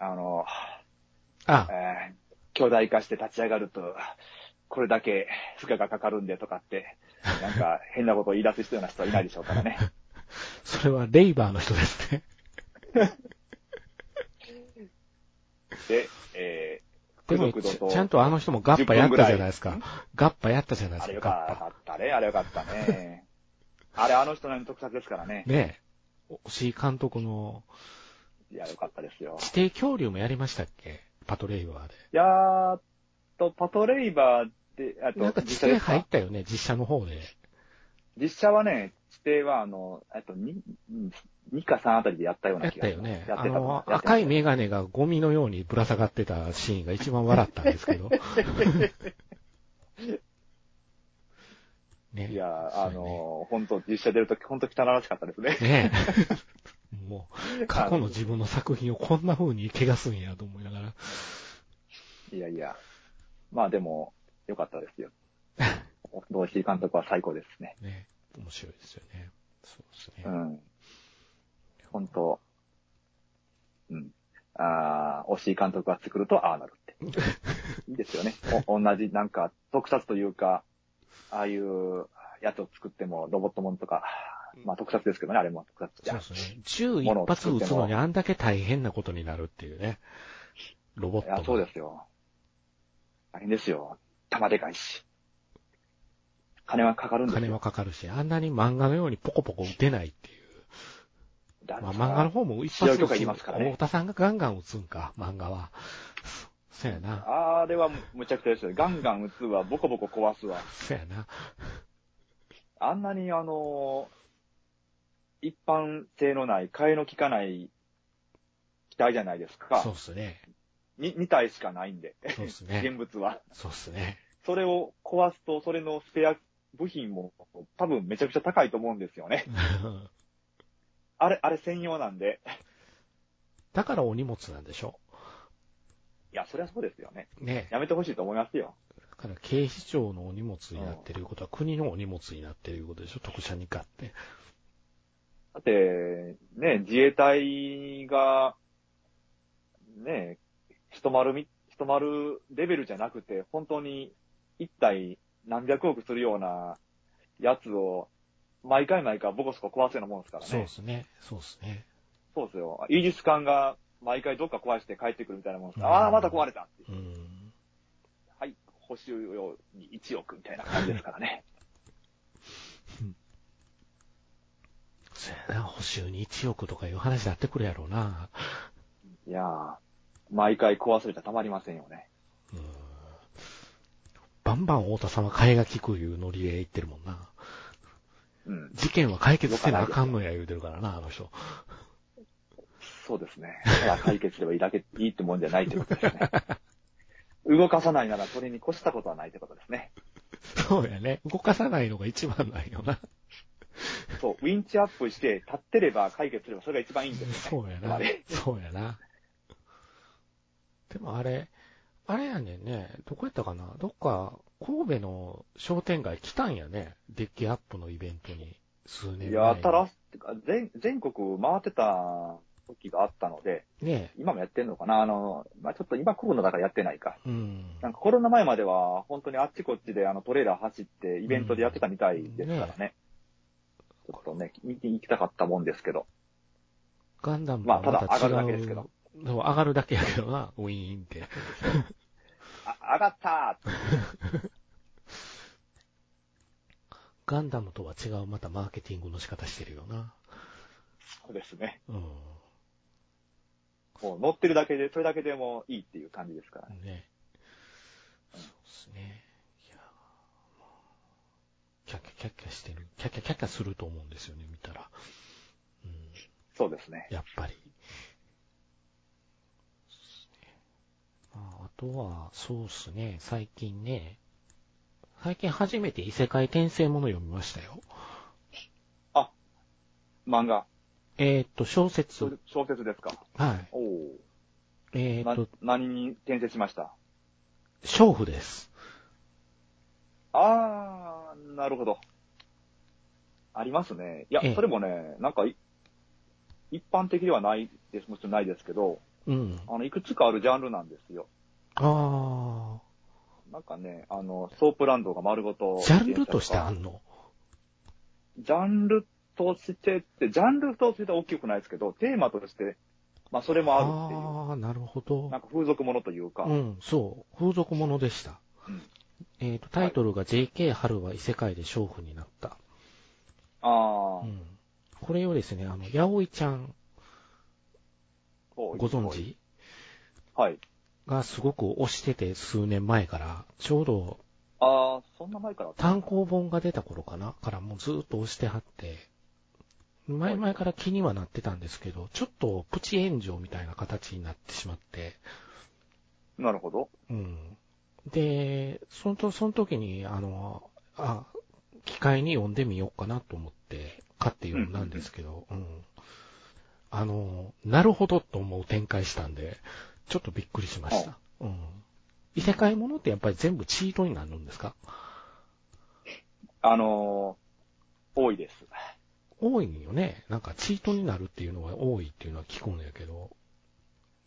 Speaker 2: あの、
Speaker 1: あ、
Speaker 2: えー巨大化して立ち上がると、これだけ負荷がかかるんでとかって、なんか変なことを言い出す人ような人はいないでしょうからね。
Speaker 1: それはレイバーの人ですね。
Speaker 2: で、え
Speaker 1: でも
Speaker 2: くどくど
Speaker 1: ち
Speaker 2: と、
Speaker 1: ちゃんとあの人もガッパやったじゃないですか
Speaker 2: 10分。
Speaker 1: ガッパやったじゃない
Speaker 2: ー、
Speaker 1: で
Speaker 2: あれ
Speaker 1: す
Speaker 2: よ
Speaker 1: か、ガッパ。
Speaker 2: かったね、あれよかったね。あれあの人の特撮ですからね。
Speaker 1: ねえ。押井監督の
Speaker 2: いや、よかったですよ。
Speaker 1: 地底恐竜もやりましたっけパトレイバーで。
Speaker 2: やーっと、パトレイバーで、あ
Speaker 1: なん
Speaker 2: と、
Speaker 1: か
Speaker 2: 実
Speaker 1: 地
Speaker 2: 写で
Speaker 1: 底
Speaker 2: す
Speaker 1: 入っ
Speaker 2: か
Speaker 1: たよね、実写の方で。
Speaker 2: 実写はね、地底はあの、あと2、2か3あたりでやったよう
Speaker 1: や
Speaker 2: な
Speaker 1: っ
Speaker 2: 気
Speaker 1: た
Speaker 2: が
Speaker 1: よね。
Speaker 2: やっ
Speaker 1: あ
Speaker 2: てたと思う
Speaker 1: の、赤い。
Speaker 2: やって
Speaker 1: メガネがゴミのようにぶら下がってたシーンが一番笑ったんですけ ど。
Speaker 2: た
Speaker 1: ね
Speaker 2: いやー、あ
Speaker 1: そうね
Speaker 2: の、本当実写出るとき、本当汚らしかったですね。
Speaker 1: ねえ。もう、過去の自分の作品をこんな風に怪我すんやと思いながら。
Speaker 2: いやいや。まあでも、良かっ たですよ。同志監督は最高ですね。
Speaker 1: ね。面白いですよね。そうですね
Speaker 2: う。ん。本当。うん。ああ、惜しい監督が作るとああなるって。 いいですよね。お同じ、なんか、特撮というか、ああいうやつを作っても、ロボットもんとか、まあ特撮ですけどね、あれも特撮じ
Speaker 1: そう
Speaker 2: ゃ
Speaker 1: ですね。銃一発撃つのにあんだけ大変なことになるっていうね。ロボッ
Speaker 2: い
Speaker 1: トも
Speaker 2: や、そうですよ。大変ですよ。玉でかいし。金はかかるんです
Speaker 1: 金は
Speaker 2: よ。
Speaker 1: かかるし、あんなに漫画のようにポコポコ撃てないっていう。
Speaker 2: だ
Speaker 1: まあ
Speaker 2: か
Speaker 1: 漫画の
Speaker 2: ら、
Speaker 1: 方も一発
Speaker 2: 使用許可
Speaker 1: 撃
Speaker 2: いり
Speaker 1: つ。
Speaker 2: ますからね
Speaker 1: 太田さんがガンガン撃つんか、漫画は。そやな。
Speaker 2: あれはむちゃくちゃですよ。ガンガン撃つわ、ボコボコ壊すわ。
Speaker 1: そやな。
Speaker 2: あんなにあの一般性のない、替えの利かない機体じゃないですか
Speaker 1: そう。っすね。
Speaker 2: に2体しかないんで、
Speaker 1: そうっすね。
Speaker 2: 現物は。
Speaker 1: そうっすね。
Speaker 2: それを壊すと、それのスペア部品も多分めちゃくちゃ高いと思うんですよね。あれ、あれ専用なんで。
Speaker 1: だからお荷物なんでしょ
Speaker 2: いや、そりゃそうですよね。
Speaker 1: ね。
Speaker 2: やめてほしいと思いますよ。
Speaker 1: だから警視庁のお荷物になってるいうことは国のお荷物になってるいうことでしょ特殊にかって。
Speaker 2: だって、ね、自衛隊が、ね、一丸み、一丸レベルじゃなくて、本当に一体何百億するようなやつを、毎回毎回ボコスコ壊すようなもんですからね。
Speaker 1: そうですね。そうですね。
Speaker 2: そうですよ。イージス艦が毎回どっか壊して帰ってくるみたいなもんですから
Speaker 1: うん
Speaker 2: ああー、また壊れたって。
Speaker 1: うん。
Speaker 2: はい、補修用に1億みたいな感じですか らね。
Speaker 1: そやな。補修に1億とかいう話になってくるやろうな。
Speaker 2: いやー、毎回壊されちゃたまりませんよね。
Speaker 1: うん。バンバン太田さんは替えが利くいうノリで言ってるもんな。
Speaker 2: うん、
Speaker 1: 事件は解決せなあかんのや言うてるからな、あの人。
Speaker 2: そうですね。ただ解決すればいいだけ、いいってもんじゃないってことですね。動かさないならそれに越したことはないってことですね。
Speaker 1: そうやね。動かさないのが一番ないよな。
Speaker 2: そう、ウィンチアップして立ってれば解決すればそれが一番いいんですよ
Speaker 1: そ
Speaker 2: ね。
Speaker 1: うや
Speaker 2: つま
Speaker 1: な
Speaker 2: り。
Speaker 1: そうやな。でもあれ、あれやねんね。どこやったかなどっか、神戸の商店街来たんやね。デッキアップのイベントに。数年前
Speaker 2: い
Speaker 1: に。
Speaker 2: や、たら、全、全国回ってた時があったので、
Speaker 1: ね
Speaker 2: 今もやってんのかなあの、まあ、ちょっと今コロナだからやってないか。
Speaker 1: え。うん。
Speaker 2: なんかコロナ前までは、本当にあっちこっちであのトレーラー走ってイベントでやってたみたいですからね。
Speaker 1: うん
Speaker 2: ちょっとね、見に行きたかったもんですけど。
Speaker 1: ガンダム
Speaker 2: まあ
Speaker 1: は
Speaker 2: ただ
Speaker 1: ま
Speaker 2: 上がるだけですけど。
Speaker 1: そう、上がるだけやけどな、ウィーンって。
Speaker 2: あ、上がったー
Speaker 1: ガンダムとは違う、またマーケティングの仕方してるよな。
Speaker 2: そうですね。
Speaker 1: うん。
Speaker 2: もう乗ってるだけで、それだけでもいいっていう感じですからね。
Speaker 1: ね。そうですね。いやもうキャッキャキャッキャしてる。キャッキャキャッキャすると思うんですよね、見たら。うん。
Speaker 2: そうですね。
Speaker 1: やっぱり。そうっすねまあ、あとは、そうっすね、最近ね。最近初めて異世界転生もの読みましたよ。
Speaker 2: 漫画、
Speaker 1: えーっと、小
Speaker 2: 小
Speaker 1: 説。
Speaker 2: 小説ですか。
Speaker 1: はい。
Speaker 2: おお、
Speaker 1: えーっ
Speaker 2: な
Speaker 1: と、
Speaker 2: 何に転生しました
Speaker 1: 娼婦です。
Speaker 2: あー、なるほど。ありますね。いや
Speaker 1: ええ、
Speaker 2: それもね、なんかい、一般的ではないです。もちろんないですけど、
Speaker 1: うん。
Speaker 2: あの、いくつかあるジャンルなんですよ。
Speaker 1: あ
Speaker 2: なんかね、あの、ソープランドが丸ごと
Speaker 1: ー。。ジャンルとしてあ
Speaker 2: ジ
Speaker 1: んの
Speaker 2: ャンルとしてって、ジャンルとしては大きくないですけど、テーマとして、まあ、それもあるっていう。
Speaker 1: あー、なるほど
Speaker 2: なん。か風俗ものというか、
Speaker 1: うん、そう。風俗ものでした。
Speaker 2: うん
Speaker 1: えっ、と、タイトルが JK 春は異世界で娼婦になった。
Speaker 2: ああ、
Speaker 1: うん。これをですね、あの、八尾ちゃん、
Speaker 2: そう
Speaker 1: ご存知
Speaker 2: はい。
Speaker 1: がすごく推してて、数年前から、ちょうど
Speaker 2: ああ、そんな前からあった
Speaker 1: 単行本が出た頃かなからもうずっと推してはって、前々から気にはなってたんですけど、ちょっとプチ炎上みたいな形になってしまって、
Speaker 2: なるほど。
Speaker 1: うん。で、そのと、その時に、あの、あ、機械に読んでみようかなと思って、買って読んだんですけど、うん。あの、なるほどと思う展開したんで、ちょっとびっくりしました。うん。異世界ものってやっぱり全部チートになるんですか
Speaker 2: あのー多いです。
Speaker 1: 多いよね。なんかチートになるっていうのが多いっていうのは聞くんやけど、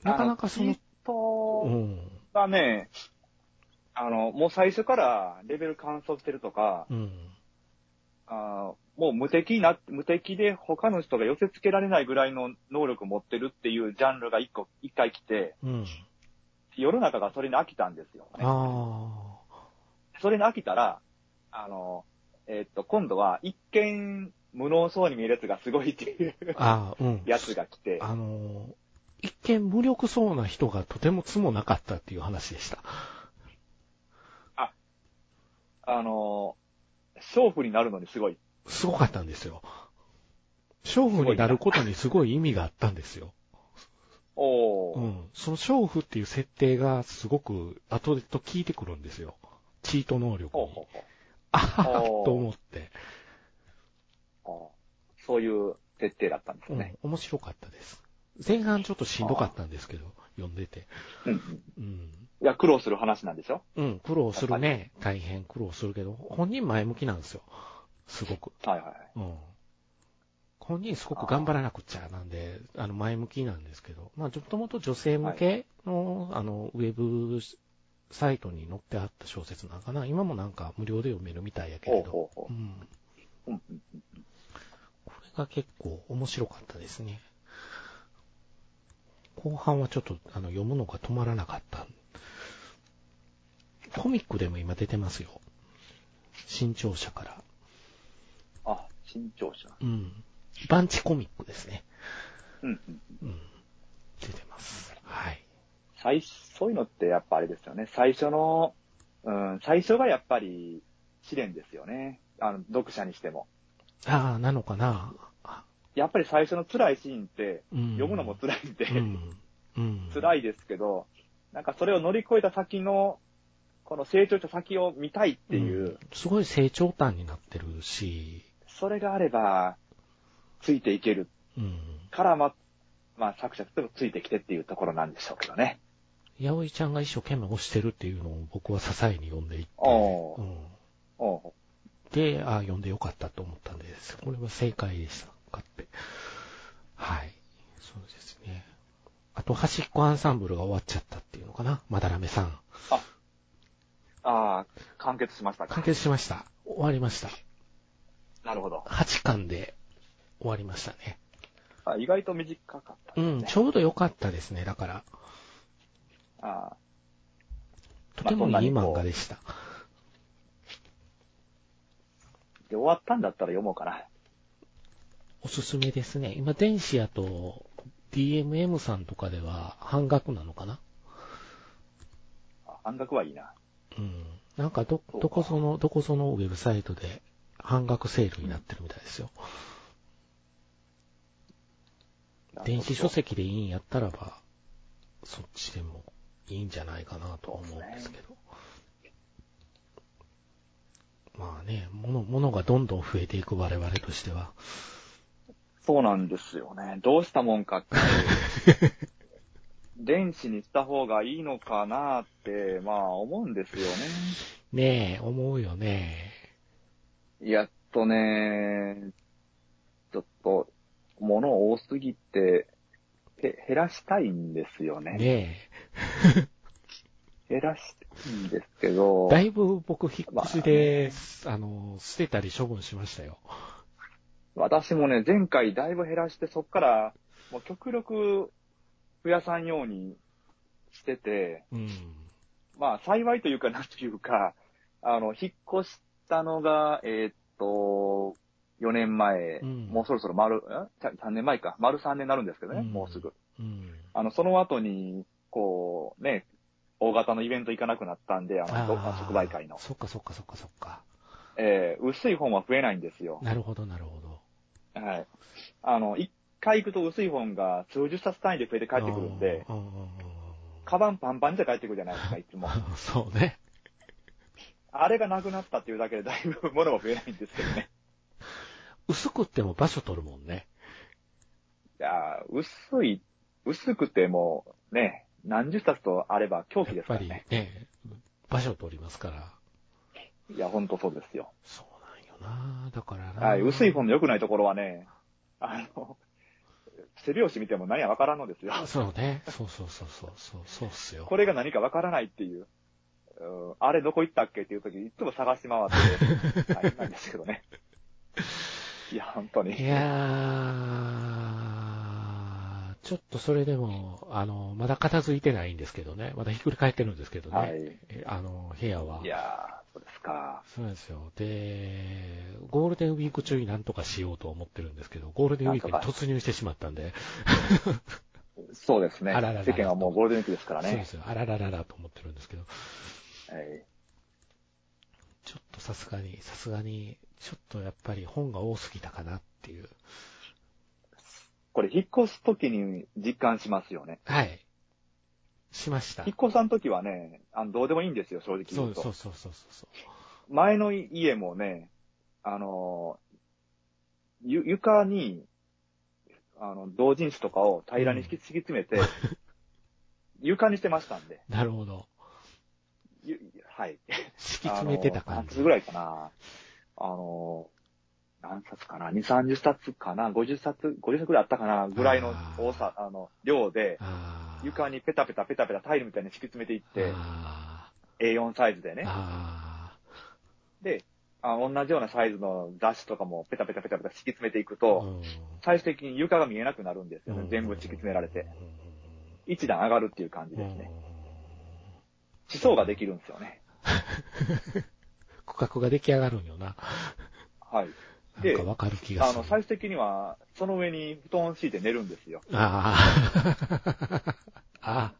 Speaker 1: なかなかそ
Speaker 2: あ
Speaker 1: の
Speaker 2: の、人
Speaker 1: うん。
Speaker 2: がね、あの、もう最初からレベル完走してるとか、
Speaker 1: うん。
Speaker 2: あーもう無敵な、無敵で他の人が寄せ付けられないぐらいの能力持ってるっていうジャンルが一個、一回来て、
Speaker 1: うん。
Speaker 2: 世の中がそれに飽きたんですよ、ね。
Speaker 1: あ
Speaker 2: それに飽きたら、あの、えーっと、今度は一見無能そうに見えるやつがすごいっていう
Speaker 1: あ。ああ、うん。
Speaker 2: やつが来て、
Speaker 1: あのー、一見無力そうな人がとてもつもなかったっていう話でした。
Speaker 2: あの、娼婦になるのにすごい。
Speaker 1: すごかったんですよ。娼婦になることにすごい意味があったんですよ。
Speaker 2: おー。
Speaker 1: うん。その娼婦っていう設定がすごく後でと効いてくるんですよ。チート能力
Speaker 2: ほう
Speaker 1: に。
Speaker 2: ほう
Speaker 1: あはは
Speaker 2: お ー
Speaker 1: と思って、
Speaker 2: ほうあーそういう設定だったんです
Speaker 1: う
Speaker 2: ね
Speaker 1: ん。。面白かったです。前半ちょっとしんどかったんですけど、読んでて。
Speaker 2: うんうん
Speaker 1: うん。
Speaker 2: いや、苦労する話なんでしょ
Speaker 1: うん、苦労するね。大変苦労するけど、本人前向きなんですよ。すごく。
Speaker 2: はいはいはい。
Speaker 1: うん。本人すごく頑張らなくちゃなんで、あの、前向きなんですけど、まあ、もともと女性向けの、あの、ウェブサイトに載ってあった小説なんかな。今もなんか無料で読めるみたいやけ
Speaker 2: ほ
Speaker 1: れ
Speaker 2: う
Speaker 1: ど。
Speaker 2: ほうほ
Speaker 1: うん。
Speaker 2: う。うんうん
Speaker 1: これが結構面白かったですね。後半はちょっと、あの、読むのが止まらなかった。コミックでも今出てますよ。新潮社から。
Speaker 2: あ、新潮社。
Speaker 1: うん。バンチコミックですね。
Speaker 2: うんうん。
Speaker 1: うん。出てます。はい。
Speaker 2: 最初、そういうのってやっぱあれですよね。最初の、うん、最初がやっぱり試練ですよね。あの、読者にしても。
Speaker 1: ああ、なのかな。あ
Speaker 2: やっぱり最初の辛いシーンって、
Speaker 1: うん
Speaker 2: 読むのも辛いんで、
Speaker 1: うん。うん。
Speaker 2: 辛
Speaker 1: い。
Speaker 2: いですけど、なんかそれを乗り越えた先の、この成長した先を見たいっていう、
Speaker 1: すごい成長端になってるし、
Speaker 2: それがあれば、ついていける
Speaker 1: うん。
Speaker 2: から、ま、まあ、作者としてもついてきてっていうところなんでしょうけどね。
Speaker 1: 八尾ちゃんが一生懸命推してるっていうのを僕は支えに読んでいって、
Speaker 2: おー
Speaker 1: うん。
Speaker 2: おう
Speaker 1: で、あ読んでよかったと思ったんです。これは正解でした。買って。はい。そうですね。あと、端っこアンサンブルが終わっちゃったっていうのかな。まだらめさん。
Speaker 2: ああ、完結しましたか。
Speaker 1: 完結しました。終わりました。
Speaker 2: なるほど。
Speaker 1: 8巻で終わりましたね。
Speaker 2: あ意外と短かった
Speaker 1: う
Speaker 2: ですね。
Speaker 1: ん、ちょうど良かったですね。だから、
Speaker 2: あ
Speaker 1: とてもいい漫画でした。
Speaker 2: ーで終わったんだったら読もうかな。
Speaker 1: おすすめですね。今、電子やと DMM さんとかでは半額なのかな
Speaker 2: あ半額はいいな。
Speaker 1: うん。なんかど、
Speaker 2: そうか
Speaker 1: どこその、どこそのウェブサイトで半額セールになってるみたいですよ。電子書籍でいいんやったらば、そっちでもいいんじゃないかなとは思うんですけど。まあね、もの、ものがどんどん増えていく我々としては。
Speaker 2: そうなんですよね。どうしたもんかっていう。 電子にした方がいいのかなって、まあ思うんですよね。
Speaker 1: ねえ、思うよね。
Speaker 2: やっとね、ちょっと、物多すぎて、へ減らしたいんですよね。
Speaker 1: ね
Speaker 2: 減らしたいんですけ
Speaker 1: え。
Speaker 2: ど、
Speaker 1: だいぶ僕、引っ越しで、あの、捨てたり処分しましたよ。
Speaker 2: 私もね、前回だいぶ減らして、そっから、もう極力増やさんようにしてて、
Speaker 1: うん。
Speaker 2: まあ幸いというかなんというか、あの、引っ越したのが、えーっと、4年前、
Speaker 1: うん
Speaker 2: もうそろそろ丸、ん3年前か、丸3年になるんですけどね、
Speaker 1: うん
Speaker 2: もうすぐ。
Speaker 1: うん。
Speaker 2: あの、その後に、こう、ね、大型のイベント行かなくなったんで、あの、ど
Speaker 1: あー
Speaker 2: 即売会の。
Speaker 1: そっかそっかそっかそっか。
Speaker 2: えー薄い本は増えないんですよ。
Speaker 1: なるほど、なるほど。
Speaker 2: はい。あの、一回行くと薄い本が数十冊単位で増えて帰ってくるんで、
Speaker 1: うんうんうんうん
Speaker 2: カバンパンパンにして帰ってくるじゃないですか、いつも。
Speaker 1: うん。そうね。
Speaker 2: あれがなくなったっていうだけでだいぶ物は増えないんですけどね。
Speaker 1: 薄くっても場所取るもんね。
Speaker 2: いやー薄い、薄くてもね、何十冊とあれば狂気
Speaker 1: や
Speaker 2: で
Speaker 1: っ
Speaker 2: すか
Speaker 1: ぱ
Speaker 2: ら
Speaker 1: り
Speaker 2: ね。
Speaker 1: ね、場所取りますから。
Speaker 2: いや、ほんとそうですよ。
Speaker 1: そうなんよなだからな
Speaker 2: はい、薄い本の良くないところはね、あの、 背拍子見ても何やわからんのですよ。
Speaker 1: そうね。そうそうそうそう。そうそうっすよ。
Speaker 2: これが何かわからないっていう。うんあれどこ行ったっけっていう時、いつも探し回 って、大変なんですけどね。いや、本当に。
Speaker 1: いやー、ちょっとそれでも、あの、まだ片付いてないんですけどね。まだひっくり返ってるんですけどね。
Speaker 2: はい。。
Speaker 1: えあの、部屋はい
Speaker 2: やー、そうですか。
Speaker 1: そうなんですよ。で、ゴールデンウィーク中になんとかしようと思ってるんですけど、ゴールデンウィークに
Speaker 2: なんと
Speaker 1: 突入してしまったんで、
Speaker 2: そうですね。
Speaker 1: あらららら
Speaker 2: 世間はもうゴールデンウィークですから
Speaker 1: そうで
Speaker 2: ね。
Speaker 1: すよ。あららららと思ってるんですけど、
Speaker 2: はい
Speaker 1: ちょっとさすがに、さすがに、ちょっとやっぱり本が多すぎたかなっていう。
Speaker 2: これ、引っ越す時に実感しますよね。
Speaker 1: はい。しました
Speaker 2: 引っ。越さん時はね、あのどうでもいいんですよ、正直
Speaker 1: そ
Speaker 2: 言う
Speaker 1: う
Speaker 2: と。
Speaker 1: そうそうそうそう。
Speaker 2: 前の家もね、あのー、ゆ床に、あの、同人誌とかを平らに敷き敷き詰めて、 床にしてましたんで、
Speaker 1: なるほど。
Speaker 2: ゆはい。
Speaker 1: 敷き詰めてた感
Speaker 2: あのー何
Speaker 1: じ。
Speaker 2: 冊ぐらいかな。あのー、何冊かな ?2、30冊かな ?50 冊、50冊ぐらいあったかなぐらいの多さ、あの、量で、
Speaker 1: あー
Speaker 2: 床にペタペタペタペタタイルみたいに敷き詰めていって、
Speaker 1: あ
Speaker 2: A4 サイズで
Speaker 1: ー
Speaker 2: ね。
Speaker 1: あ
Speaker 2: で、あ同じようなサイズの雑誌とかもペタペタペタペタ敷き詰めていく
Speaker 1: ー。
Speaker 2: と、
Speaker 1: うん
Speaker 2: 最終的に床が見えなくなるんですよね。全部敷き詰められて。。一段上がるっていう感じ
Speaker 1: うんう
Speaker 2: で
Speaker 1: ん
Speaker 2: す
Speaker 1: うんうん
Speaker 2: ね。地層ができるんですよね。
Speaker 1: 区画が出来上がるんよな。
Speaker 2: はい。
Speaker 1: なん
Speaker 2: で
Speaker 1: かわかる気が
Speaker 2: あ
Speaker 1: する。
Speaker 2: の、最終的には、その上に布団を敷いて寝るんですよ。
Speaker 1: ああ。あ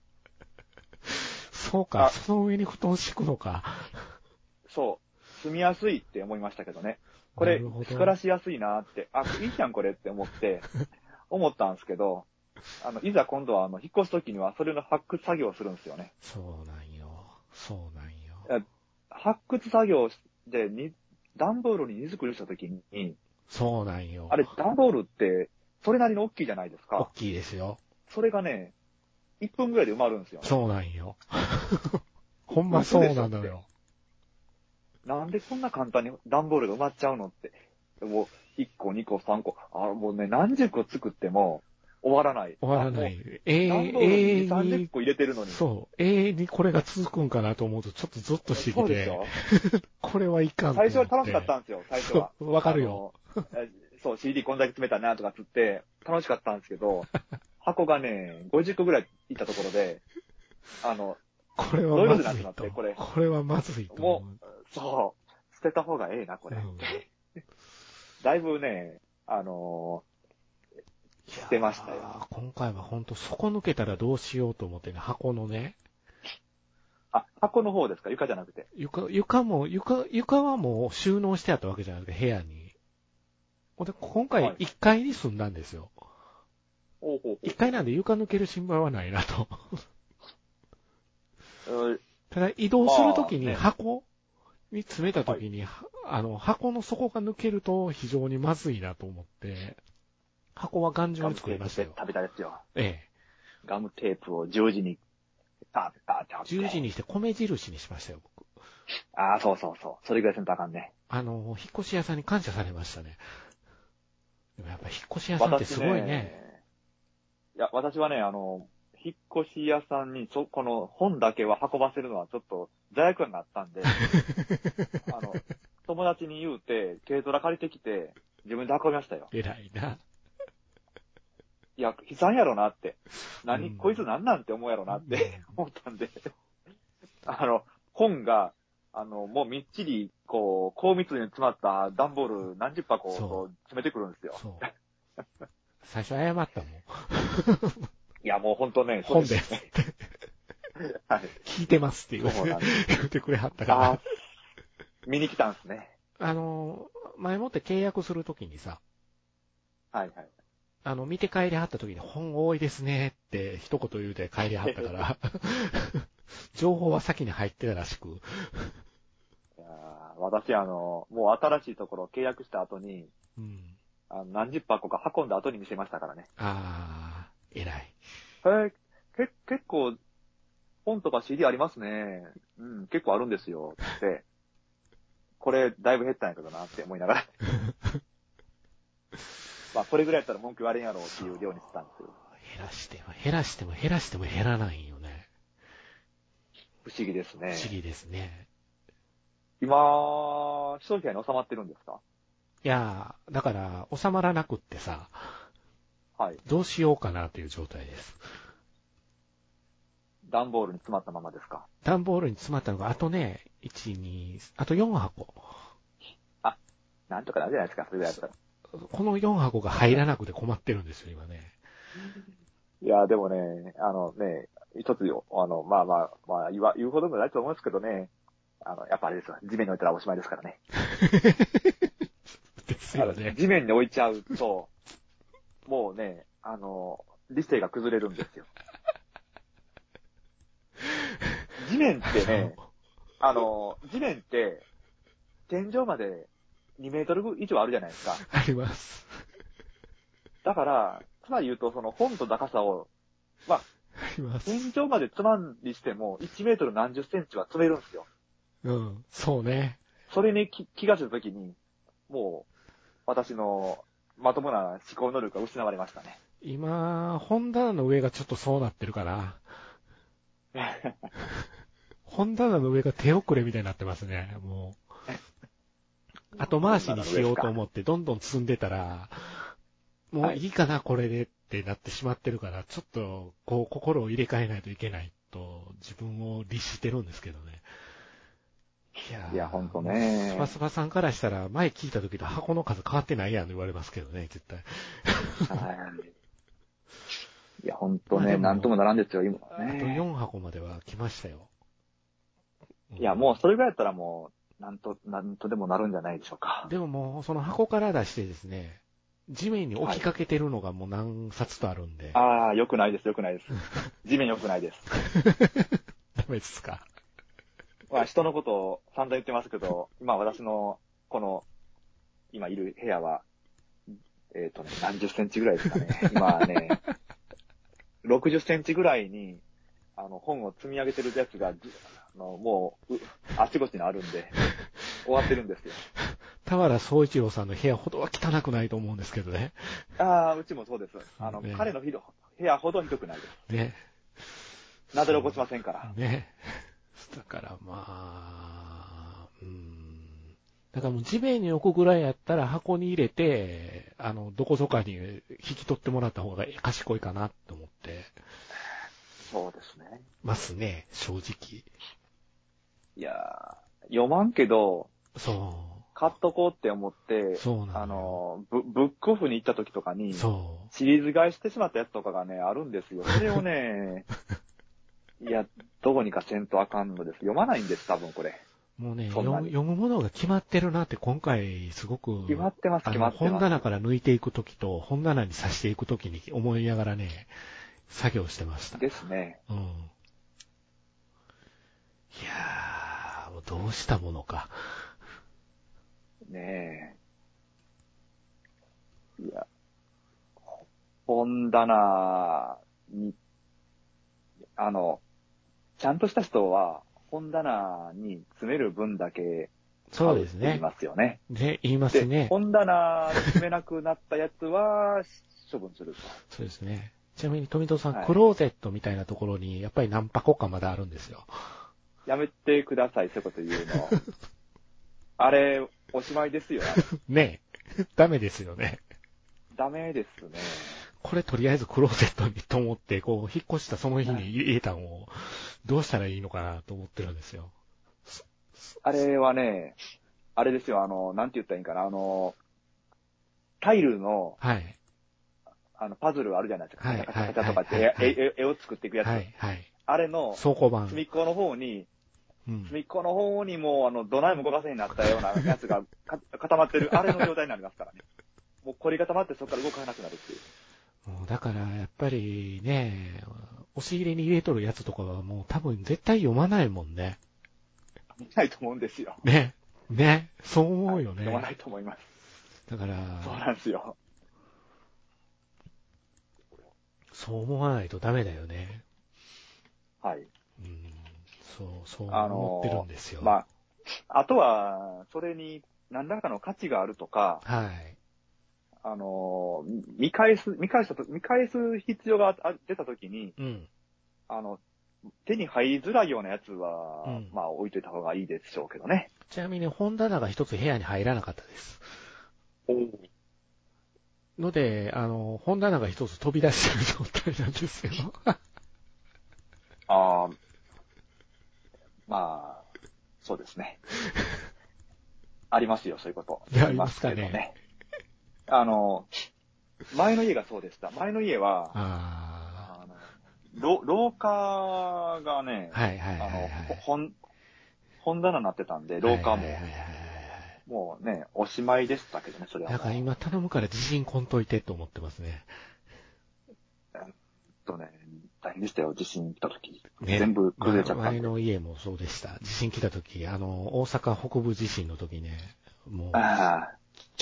Speaker 1: そうか、
Speaker 2: あ
Speaker 1: その上に布団敷くのか。
Speaker 2: そう。住みやすいって思いましたけどね。これ
Speaker 1: なるほ、ど
Speaker 2: 作らしやすいなって、あ、いいじゃんこれって 思って、思ったんですけど、あの、いざ今度は、あの、引っ越すときには、それの発掘作業をするんですよね。
Speaker 1: そうなんよ。そうなんよ。
Speaker 2: 発掘作業で、に、段ボールに荷造りしたときに、
Speaker 1: そうなんよ。
Speaker 2: あれ、段ボールって、それなりの大きいじゃないです
Speaker 1: 大
Speaker 2: か。
Speaker 1: きいですよ。
Speaker 2: それがね、1分ぐらいで埋まるんですよね。
Speaker 1: そうなん よ。ほんまそうなのよ。
Speaker 2: なんでこんな簡単に段ボールが埋まっちゃうのって。もう、1個、2個、3個。あ、もうね、何十個作っても終わらない。
Speaker 1: 終わらな
Speaker 2: あ。も
Speaker 1: い。永
Speaker 2: う段ボール
Speaker 1: 遠
Speaker 2: に2、30
Speaker 1: に、
Speaker 2: 個入れてるのに。
Speaker 1: そう、永遠にこれが続くんかなと思うとちょっとゾッとして
Speaker 2: そ
Speaker 1: き、
Speaker 2: うでしてょ
Speaker 1: これはいかんと思
Speaker 2: 最
Speaker 1: って。
Speaker 2: 初は楽しかったんですよ、最初は。
Speaker 1: そうわかるよ
Speaker 2: あの。えそう、CD こんだけ詰めたなとかつって、楽しかったんですけ ど、箱がね、50個ぐらいいったところで、あの、
Speaker 1: これはまず
Speaker 2: どう
Speaker 1: い
Speaker 2: いうことになってん
Speaker 1: と。
Speaker 2: のこれ
Speaker 1: これはまずいと思う。
Speaker 2: そう、捨てた方がええな、これ。
Speaker 1: うん
Speaker 2: だいぶね、あの捨てましたよ
Speaker 1: いやー。今回は本当底抜けたらどうしようと思ってね、箱のね、
Speaker 2: あ、箱の方ですか床じゃなくて。
Speaker 1: 床、床も、床、床はもう収納してあったわけじゃなくて、部屋に。ほんで、今回
Speaker 2: はい
Speaker 1: 1階に住んだんですよ。
Speaker 2: おうほう
Speaker 1: 1階なんで床抜ける心配はないなと。
Speaker 2: ほう。
Speaker 1: ただ移動するとき
Speaker 2: まあ
Speaker 1: に
Speaker 2: ね
Speaker 1: 箱に詰めたときに、あの、箱の底が抜けると非常にまずいなと思って、箱は頑丈
Speaker 2: ガ
Speaker 1: に
Speaker 2: ム
Speaker 1: 作
Speaker 2: テ
Speaker 1: り
Speaker 2: ー
Speaker 1: ま
Speaker 2: プ
Speaker 1: した
Speaker 2: で
Speaker 1: よ。
Speaker 2: 食べたですよ。
Speaker 1: ええ。
Speaker 2: ガムテープを十字に、あ、あ、あ、
Speaker 1: 十字。にして米印にしましたよ、僕。
Speaker 2: あ、そうそうそう。それぐらいせんとあかんね。
Speaker 1: あの、引っ越し屋さんに感謝されましたね。でもやっぱ引っ越し屋さんってすごいね。
Speaker 2: いや、私はね、あの、引っ越し屋さんに、そ、この本だけは運ばせるのはちょっと罪悪感があった んで、あの、友達に言うて、軽トラ借りてきて、自分で運びましたよ。
Speaker 1: 偉いな。
Speaker 2: いや、悲惨やろなって。
Speaker 1: う
Speaker 2: 何、
Speaker 1: ん
Speaker 2: こいつ何なんて思うやろなって
Speaker 1: う
Speaker 2: 思ったんで。あの、本が、あの、もうみっちり、こう、高密度に詰まった段ボール何十箱を
Speaker 1: そう
Speaker 2: こう詰めてくるんですよ。
Speaker 1: そう。 最初謝ったもん。
Speaker 2: いや、もう本当ね、
Speaker 1: 本で
Speaker 2: そう
Speaker 1: す。
Speaker 2: す。はい。
Speaker 1: 聞いてますって言
Speaker 2: そう
Speaker 1: う
Speaker 2: な
Speaker 1: ん
Speaker 2: です。
Speaker 1: 言ってくれはったか
Speaker 2: あ
Speaker 1: ら
Speaker 2: あ。、見に来たんですね。
Speaker 1: あの、前もって契約するときにさ、
Speaker 2: はいはい。
Speaker 1: あの、見て帰りはったときに本多いですねって一言言うて帰りはった から、情報は先に入ってたらしく、
Speaker 2: いやー私、あの、もう新しいところを契約した後に、
Speaker 1: うん。
Speaker 2: あの何十箱か運んだ後に見せましたからね。
Speaker 1: ああ、偉い。
Speaker 2: えー、け、結構、本とか CD ありますね。うん、結構あるんですよ。って。 これ、だいぶ減ったんやけどなって思いながら。まあ、これぐらいやったら文句言われんやろうっていう量にしたんですよ。
Speaker 1: 減らしても、減らしても、減らしても減らないよね。
Speaker 2: 不思議です
Speaker 1: 不
Speaker 2: ね。
Speaker 1: 思議ですね。
Speaker 2: 今、消費者に収まってるんですか
Speaker 1: いやー、だから、収まらなくってさ、
Speaker 2: はい。
Speaker 1: どうしようかなという状態です。
Speaker 2: 段ボールに詰まったままですか
Speaker 1: 段ボールに詰まったのが、あとね、1、2、あと4箱。
Speaker 2: なんとかなるじゃないですか、それぐらいだったら。
Speaker 1: この4箱が入らなくて困ってるんですよ、今ね。
Speaker 2: いや、でもね、あのね、一つよ、あの、まあまあ、まあ言わ、言うほどもないと思うんですけどね、あの、やっぱあれですわ、地面に置いたらおしまいですからね。
Speaker 1: ですよ
Speaker 2: あの
Speaker 1: ね。
Speaker 2: 地面に置いちゃうと、もうね、あの、理性が崩れるんですよ。地面ってね、あの、地面って、天井まで2メートル以上あるじゃないですか。
Speaker 1: あります。
Speaker 2: だから、つまり言うと、その本と高さを、
Speaker 1: あります。
Speaker 2: 天井までつまんにしても、1メートル何十センチは詰めるんですよ。
Speaker 1: うん、そうね。
Speaker 2: それに気気がするときに、もう、私のまともな思考能力が失われましたね。
Speaker 1: 今、本棚の上がちょっとそうなってる から、本棚の上が手遅れみたいになってますね、もう。後回しにしようと思って、どんどん積んでたら、もういいかな、これでってなってしまってるから、ちょっと、こう、心を入れ替えないといけないと、自分を律してるんですけどね。いやー
Speaker 2: いや、ほんと。ね
Speaker 1: ス。パスパさんからしたら、前聞いた時と箱の数変わってないやんと言われますけどね、絶対。
Speaker 2: はいいや、ほんと
Speaker 1: まあで
Speaker 2: ね、
Speaker 1: も
Speaker 2: なんともならんですよ、今
Speaker 1: あと
Speaker 2: ね。
Speaker 1: 4箱までは来ましたよ。
Speaker 2: いや、もうそれぐらいだったらもう、なんと、なんとでもなるんじゃないでしょうか。
Speaker 1: でももう、その箱から出してですね、地面に置きかけてるのがもう何冊とあるんで、
Speaker 2: ああ、良くないです、良くないです。地面良く ないです。
Speaker 1: ダメですか。
Speaker 2: まあ、人のことを散々言ってますけど、今私の、この、今いる部屋は、えっ、とね、何十センチぐらいですかね。今ね、60センチぐらいに、あの、本を積み上げてるやつが、ずあのもう、うあちこちにあるんで、終わってるんですよ。
Speaker 1: 田原総一郎さんの部屋ほどは汚くないと思うんですけどね。
Speaker 2: ああ、うちもそうです。あの、
Speaker 1: ね
Speaker 2: 彼のひど部屋ほどひどくないで
Speaker 1: ね。
Speaker 2: す。なだれ起こしませんから。
Speaker 1: ね。だからまあ、うーん。だからもう地面に置くぐらいやったら箱に入れて、あの、どこぞかに引き取ってもらった方が賢いかなと思って
Speaker 2: そうですね。
Speaker 1: ますね、正直。
Speaker 2: いやー読まんけど、
Speaker 1: そ
Speaker 2: 買っとこうって思って
Speaker 1: う。、そうな
Speaker 2: あ
Speaker 1: のよ。
Speaker 2: の、ブブックオフに行った時とかに、
Speaker 1: そう。
Speaker 2: シリーズ買いしてしまったやつとかがね、あるんですよ。それを ね、いや、どうにかせんとあかんのです。読まないんです、多分これ。
Speaker 1: もうね、
Speaker 2: そん
Speaker 1: 読
Speaker 2: な
Speaker 1: む
Speaker 2: に
Speaker 1: 読むものが決まってるなって今回すごく、
Speaker 2: 決まってます、
Speaker 1: あ
Speaker 2: 決ま
Speaker 1: の、
Speaker 2: って
Speaker 1: 本
Speaker 2: ます。
Speaker 1: 棚から抜いていくときと、本棚に挿していくときに思いながらね、作業してました。うん。い
Speaker 2: ですね。
Speaker 1: やー、もうどうしたものか。
Speaker 2: ねえ。いや、本棚に、あの、ちゃんとした人は、本棚に詰める分だけ
Speaker 1: そうです
Speaker 2: 買って言い
Speaker 1: ね。
Speaker 2: ますよね。
Speaker 1: ね、言います
Speaker 2: で、
Speaker 1: ね。
Speaker 2: 本棚詰めなくなったやつは、処分すると。
Speaker 1: そうですね。ちなみに富戸さん、
Speaker 2: はい
Speaker 1: クローゼットみたいなところに、やっぱり何箱かまだあるんですよ。
Speaker 2: やめてください、そういうこと言うの。あれ、おしまいですよ。あれ
Speaker 1: ねえダメですよね。
Speaker 2: ダメですね。
Speaker 1: これとりあえずクローゼットにと思って、こう、引っ越したその日に入れたのを、どうしたらいいのかなと思ってるんですよ。
Speaker 2: あれはね、あれですよ、あの、なんて言ったらいいんかな、あの、タイルの、
Speaker 1: はい。
Speaker 2: あの、パズルあるじゃないですか。
Speaker 1: はい
Speaker 2: カチャカチャとかっ
Speaker 1: はいはいはい
Speaker 2: て
Speaker 1: はい
Speaker 2: 絵、絵、絵を作っていくやつ。
Speaker 1: はい、はい。
Speaker 2: あれの、
Speaker 1: 倉庫版。
Speaker 2: 隅っこの方に、
Speaker 1: うん。
Speaker 2: 隅っこの方にもう、あの、どないも動かせになったようなや つがか固まってる、あれの状態になりますからね。もう凝り固まってそこから動かなくなるっていう。
Speaker 1: もうだから、やっぱりね、押し入れに入れとるやつとかはもう多分絶対読まないもんね。
Speaker 2: 見ないと思うんですよ。
Speaker 1: ね。ね。そう思うよね。
Speaker 2: 読まないと思います。
Speaker 1: だか
Speaker 2: そう
Speaker 1: ら、
Speaker 2: なんですよ。
Speaker 1: そう思わないとダメだよね。
Speaker 2: はい。
Speaker 1: うん。そう、そう
Speaker 2: あのー
Speaker 1: 思ってるんですよ。
Speaker 2: まあ、あとは、それに何らかの価値があるとか、
Speaker 1: はい。
Speaker 2: あのー、見返す、見返したと、見返す必要があ出たときに、
Speaker 1: うん。
Speaker 2: あの、手に入りづらいようなやつは、
Speaker 1: うん
Speaker 2: まあ置いといた方がいいでしょうけどね。
Speaker 1: ちなみに本棚が一つ部屋に入らなかったです。
Speaker 2: お
Speaker 1: ので、あの、本棚が一つ飛び出してる状態なんですよ。
Speaker 2: あーまあ、そうで すね。ありますよ、そういうこと。
Speaker 1: いやありますかね
Speaker 2: あけど。あの、前の家がそうでした。前の家は、
Speaker 1: あ
Speaker 2: あのろ廊下がね、
Speaker 1: あ。はいはい
Speaker 2: あ
Speaker 1: はいは
Speaker 2: の
Speaker 1: い。、
Speaker 2: ほ本、本棚になってたんで、廊下も
Speaker 1: はいはい、はいはい
Speaker 2: もうね、おしまいでしたけどね、それは
Speaker 1: だ
Speaker 2: もう。
Speaker 1: から今頼むから自信こんといてと思ってますね。
Speaker 2: ちょっとね、大変でしたよ、地震来た時。
Speaker 1: ね
Speaker 2: 全部崩れちゃったん
Speaker 1: 前
Speaker 2: で。
Speaker 1: の家もそうでした。地震来た時、あの、大阪北部地震の時ね、もう
Speaker 2: あ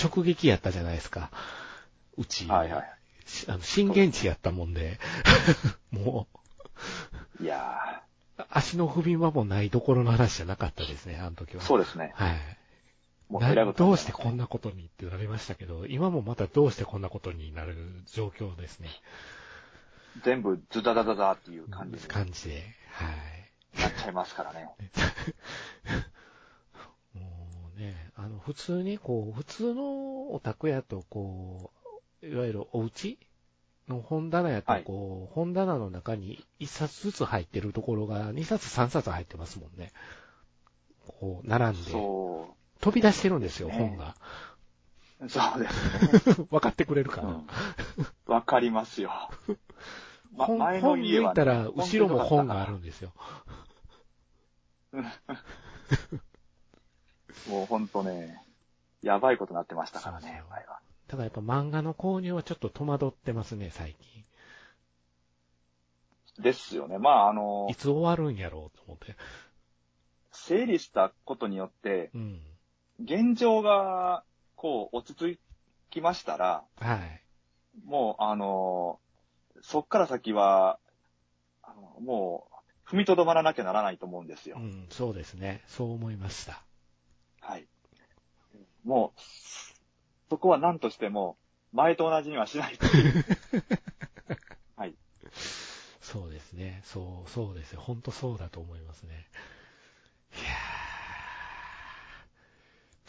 Speaker 1: 直撃やったじゃないですか。うち、
Speaker 2: あ、はいは
Speaker 1: しあの震源地やったもんで、 も
Speaker 2: い。いや
Speaker 1: う、足の踏み場もないどころの話じゃなかったですね、あの時
Speaker 2: ー
Speaker 1: は。
Speaker 2: そうですね。
Speaker 1: はい。
Speaker 2: もう
Speaker 1: な
Speaker 2: えらいこ
Speaker 1: ど
Speaker 2: とに
Speaker 1: う
Speaker 2: なり
Speaker 1: し
Speaker 2: ま
Speaker 1: て
Speaker 2: た
Speaker 1: こんなことにってなりましたけど、今もまたどうしてこんなことになる状況ですね。
Speaker 2: 全部ズダダダダっていう感じに
Speaker 1: 感じで。はい。
Speaker 2: なっちゃいますからね。
Speaker 1: もうね、あの、普通にこう、普通のお宅やとこう、いわゆるお家の本棚やと
Speaker 2: はい
Speaker 1: こう、本棚の中に1冊ずつ入ってるところが2冊3冊入ってますもんね。こう、並んで。
Speaker 2: そ
Speaker 1: 飛び出してるんですよ、
Speaker 2: ね
Speaker 1: 本が。
Speaker 2: う。そうですね。
Speaker 1: 分かってくれるか
Speaker 2: う
Speaker 1: な。
Speaker 2: んわかりますよ。ま、
Speaker 1: 本
Speaker 2: 前の
Speaker 1: 本抜
Speaker 2: 家はいね、
Speaker 1: たら、後ろも本があるんですよ。
Speaker 2: もうほんとね、やばいことになってましたから
Speaker 1: そう
Speaker 2: ね
Speaker 1: そう、
Speaker 2: 前は。
Speaker 1: だからやっぱ漫画の購入はちょっと戸惑ってますね、最近。
Speaker 2: ですよね。まあ、あの
Speaker 1: い、つ終わるんやろうと思って。
Speaker 2: 整理したことによって、
Speaker 1: うん。
Speaker 2: 現状が、こう、落ち着きましたら、
Speaker 1: はい。
Speaker 2: もう、あのーそっから先は、あのもう、踏みとどまらなきゃならないと思うんですよ。
Speaker 1: うん、そうですね。そう思いました。
Speaker 2: はい。もう、そこは何としても、前と同じにはしない っていう。はい。
Speaker 1: そうですね。そう、そうですよ。ほんとそうだと思いますね。いや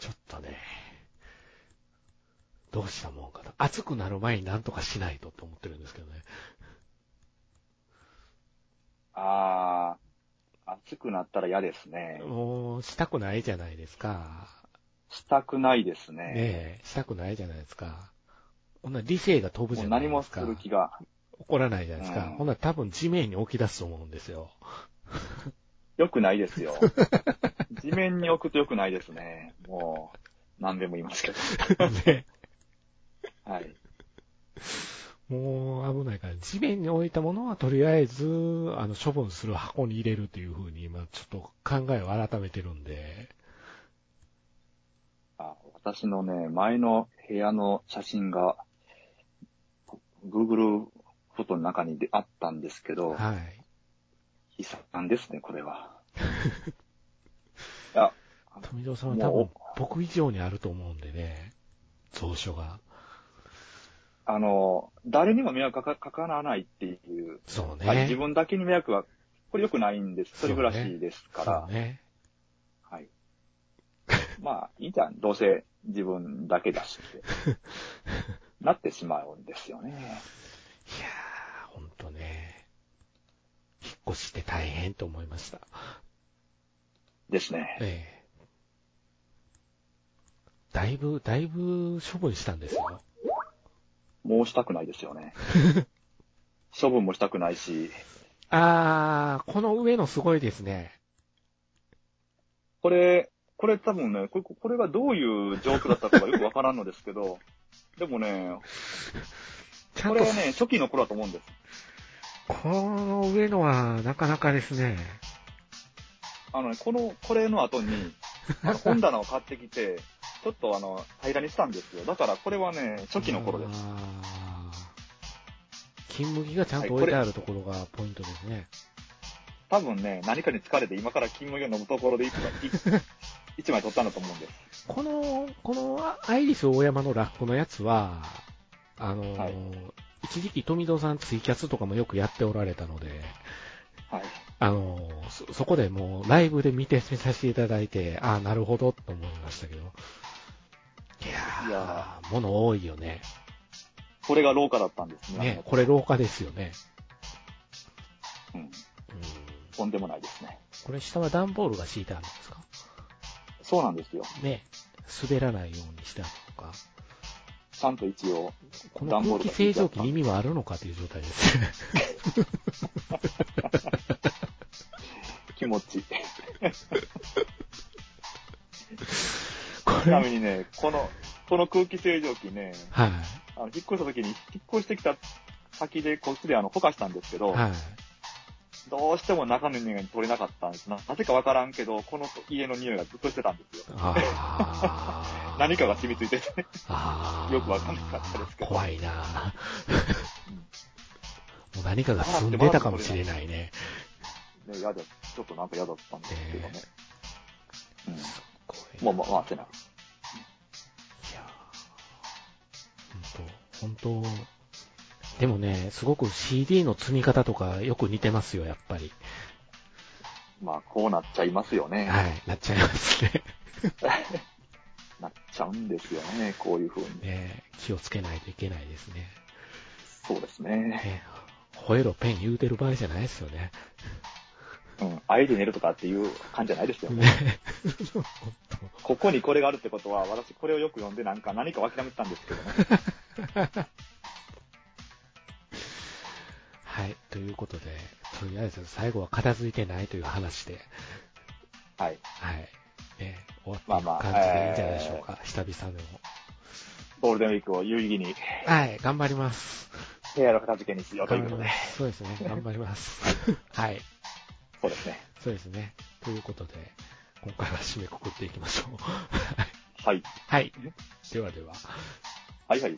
Speaker 1: ー。ちょっとね。どうしたもんかな。暑くなる前になんとかしないとって思ってるんですけどね。
Speaker 2: あー、暑くなったら嫌ですね。
Speaker 1: もう、したくないじゃないですか。
Speaker 2: したくないですね。
Speaker 1: ねえ、したくないじゃないですか。こんな理性が飛ぶ
Speaker 2: も
Speaker 1: じ
Speaker 2: う
Speaker 1: ゃない
Speaker 2: 何
Speaker 1: で
Speaker 2: も
Speaker 1: す
Speaker 2: す
Speaker 1: か。
Speaker 2: る気が。
Speaker 1: 怒らないじゃないですか。
Speaker 2: うん
Speaker 1: ほんなら多分地面に起き出すと思うんです よ。
Speaker 2: 良くないで すよ。地面に置くと良くないですね。もう、何でも言いますけど。
Speaker 1: ね
Speaker 2: はい。
Speaker 1: もう危ないから、地面に置いたものはとりあえず、あの、処分する箱に入れるというふうに、今ちょっと考えを改めてるんで、
Speaker 2: あ私のね、前の部屋の写真が、Google フォトの中にであったんですけど、
Speaker 1: はい。
Speaker 2: 悲惨ですね、これは。いや、
Speaker 1: 富蔵さんは多
Speaker 2: も
Speaker 1: 分
Speaker 2: う
Speaker 1: 僕以上にあると思うんでね、蔵書が。
Speaker 2: あの、誰にも迷惑かかかからないっていう、
Speaker 1: そう
Speaker 2: はい自
Speaker 1: ね。
Speaker 2: 分だけに迷惑は、これ良くないんです。
Speaker 1: そ
Speaker 2: 一
Speaker 1: うね
Speaker 2: 人暮らしですから、
Speaker 1: そうね。
Speaker 2: はい。 まあ、いいじゃん。どうせ自分だけだしって、 なってしまうんですよね。
Speaker 1: いやー、ほんとね。引っ越しって大変と思いました。
Speaker 2: ですね。
Speaker 1: ええ。だいぶ、だいぶ処分したんですよ。
Speaker 2: もうしたくないです よね。処分もしたくないし、
Speaker 1: あー、この上のすごいですね。
Speaker 2: これ、これ多分ね、これこれがどういう状況だったかがよくわからんのですけど、でもね、
Speaker 1: ちゃ
Speaker 2: こ
Speaker 1: んと、
Speaker 2: れはね、初期の頃だと思うんです。
Speaker 1: この上のはなかなかですね。
Speaker 2: あのね、この、これの後に、あの本棚を買ってきて、ちょっとあの、平らにしたんですよ。だからこれはね、初期の頃です。
Speaker 1: あー金麦がちゃんと置いてあるところがポイントですね。
Speaker 2: 多分ね、何かに疲れて今から金麦を飲むところで一枚、一一枚取ったんだと思うんです。
Speaker 1: この、このアイリス大山のラッコのやつは、あのー
Speaker 2: はい
Speaker 1: 一時期富戸さんツイキャスとかもよくやっておられたので、
Speaker 2: はい。
Speaker 1: あのーそ、そこでもうライブで見て見させていただいて、ああ、なるほどと思いましたけど。いやー、
Speaker 2: いや
Speaker 1: 物多いよね。
Speaker 2: これが廊下だったんですね。
Speaker 1: ね、これ廊下ですよね。
Speaker 2: うん。
Speaker 1: うん、
Speaker 2: とんでもないですね。
Speaker 1: これ下は段ボールが敷いてあるんですか
Speaker 2: そうなんですよ。
Speaker 1: ね、滑らないようにしてあるのか。
Speaker 2: ちゃんと一応。
Speaker 1: この空気清浄機に意味はあるのかという状態です。
Speaker 2: 気持ちいい。
Speaker 1: こ
Speaker 2: ち
Speaker 1: れ、
Speaker 2: な
Speaker 1: はい
Speaker 2: み。にね、この、この空気清浄機ね、あの、引っ越した時に、引っ越してきた先でこっちであの、ほかしたんですけど、
Speaker 1: はい。
Speaker 2: どうしても中の匂いが取れなかったんですな。なぜかわからんけど、この家の匂いがずっとしてたんですよ。
Speaker 1: あー
Speaker 2: 何かが染みついてて、 ね、
Speaker 1: あー
Speaker 2: よくわかんなかったですけど
Speaker 1: 怖い なもう何かが進んでたかもしれないね。
Speaker 2: 嫌だ。ちょっとなんか嫌だったんですけどね。うん。
Speaker 1: も
Speaker 2: も
Speaker 1: う
Speaker 2: う、ま、回ってない。
Speaker 1: いや本当本当でもね、すごく CD の積み方とかよく似てますよ、やっぱり。
Speaker 2: まあ、こうなっちゃいますよね。
Speaker 1: はい、なっちゃいますね。
Speaker 2: なっちゃうんですよね、こういうふうに。
Speaker 1: ね気をつけないといけないですね。
Speaker 2: そうですね。
Speaker 1: ね吠えろペン言うてる場合じゃないですよね。
Speaker 2: うん。あえて寝るとかっていう感じじゃないですよ。
Speaker 1: ね
Speaker 2: ここにこれがあるってことは、私これをよく読んで、なんか何かを諦めてたんですけどね。
Speaker 1: はい、ということで、とりあえず最後は片付いてないという話で、
Speaker 2: はい。
Speaker 1: はい。ね、終
Speaker 2: ま
Speaker 1: わ
Speaker 2: あ
Speaker 1: ってい
Speaker 2: ま
Speaker 1: く感
Speaker 2: あ
Speaker 1: じでいいんじゃないでしょうか。久々の。
Speaker 2: ゴールデンウィークを有意義に、
Speaker 1: はい、頑張ります。
Speaker 2: 部屋の片付けにしようという
Speaker 1: 頑張り
Speaker 2: こと
Speaker 1: ま
Speaker 2: で。
Speaker 1: す。そうですね、頑張ります。はい、
Speaker 2: そうですね。
Speaker 1: そうですね。ということで、今回は締 めくくっていきましょう。はい
Speaker 2: はい。
Speaker 1: はい。ではでは。
Speaker 2: はいはい。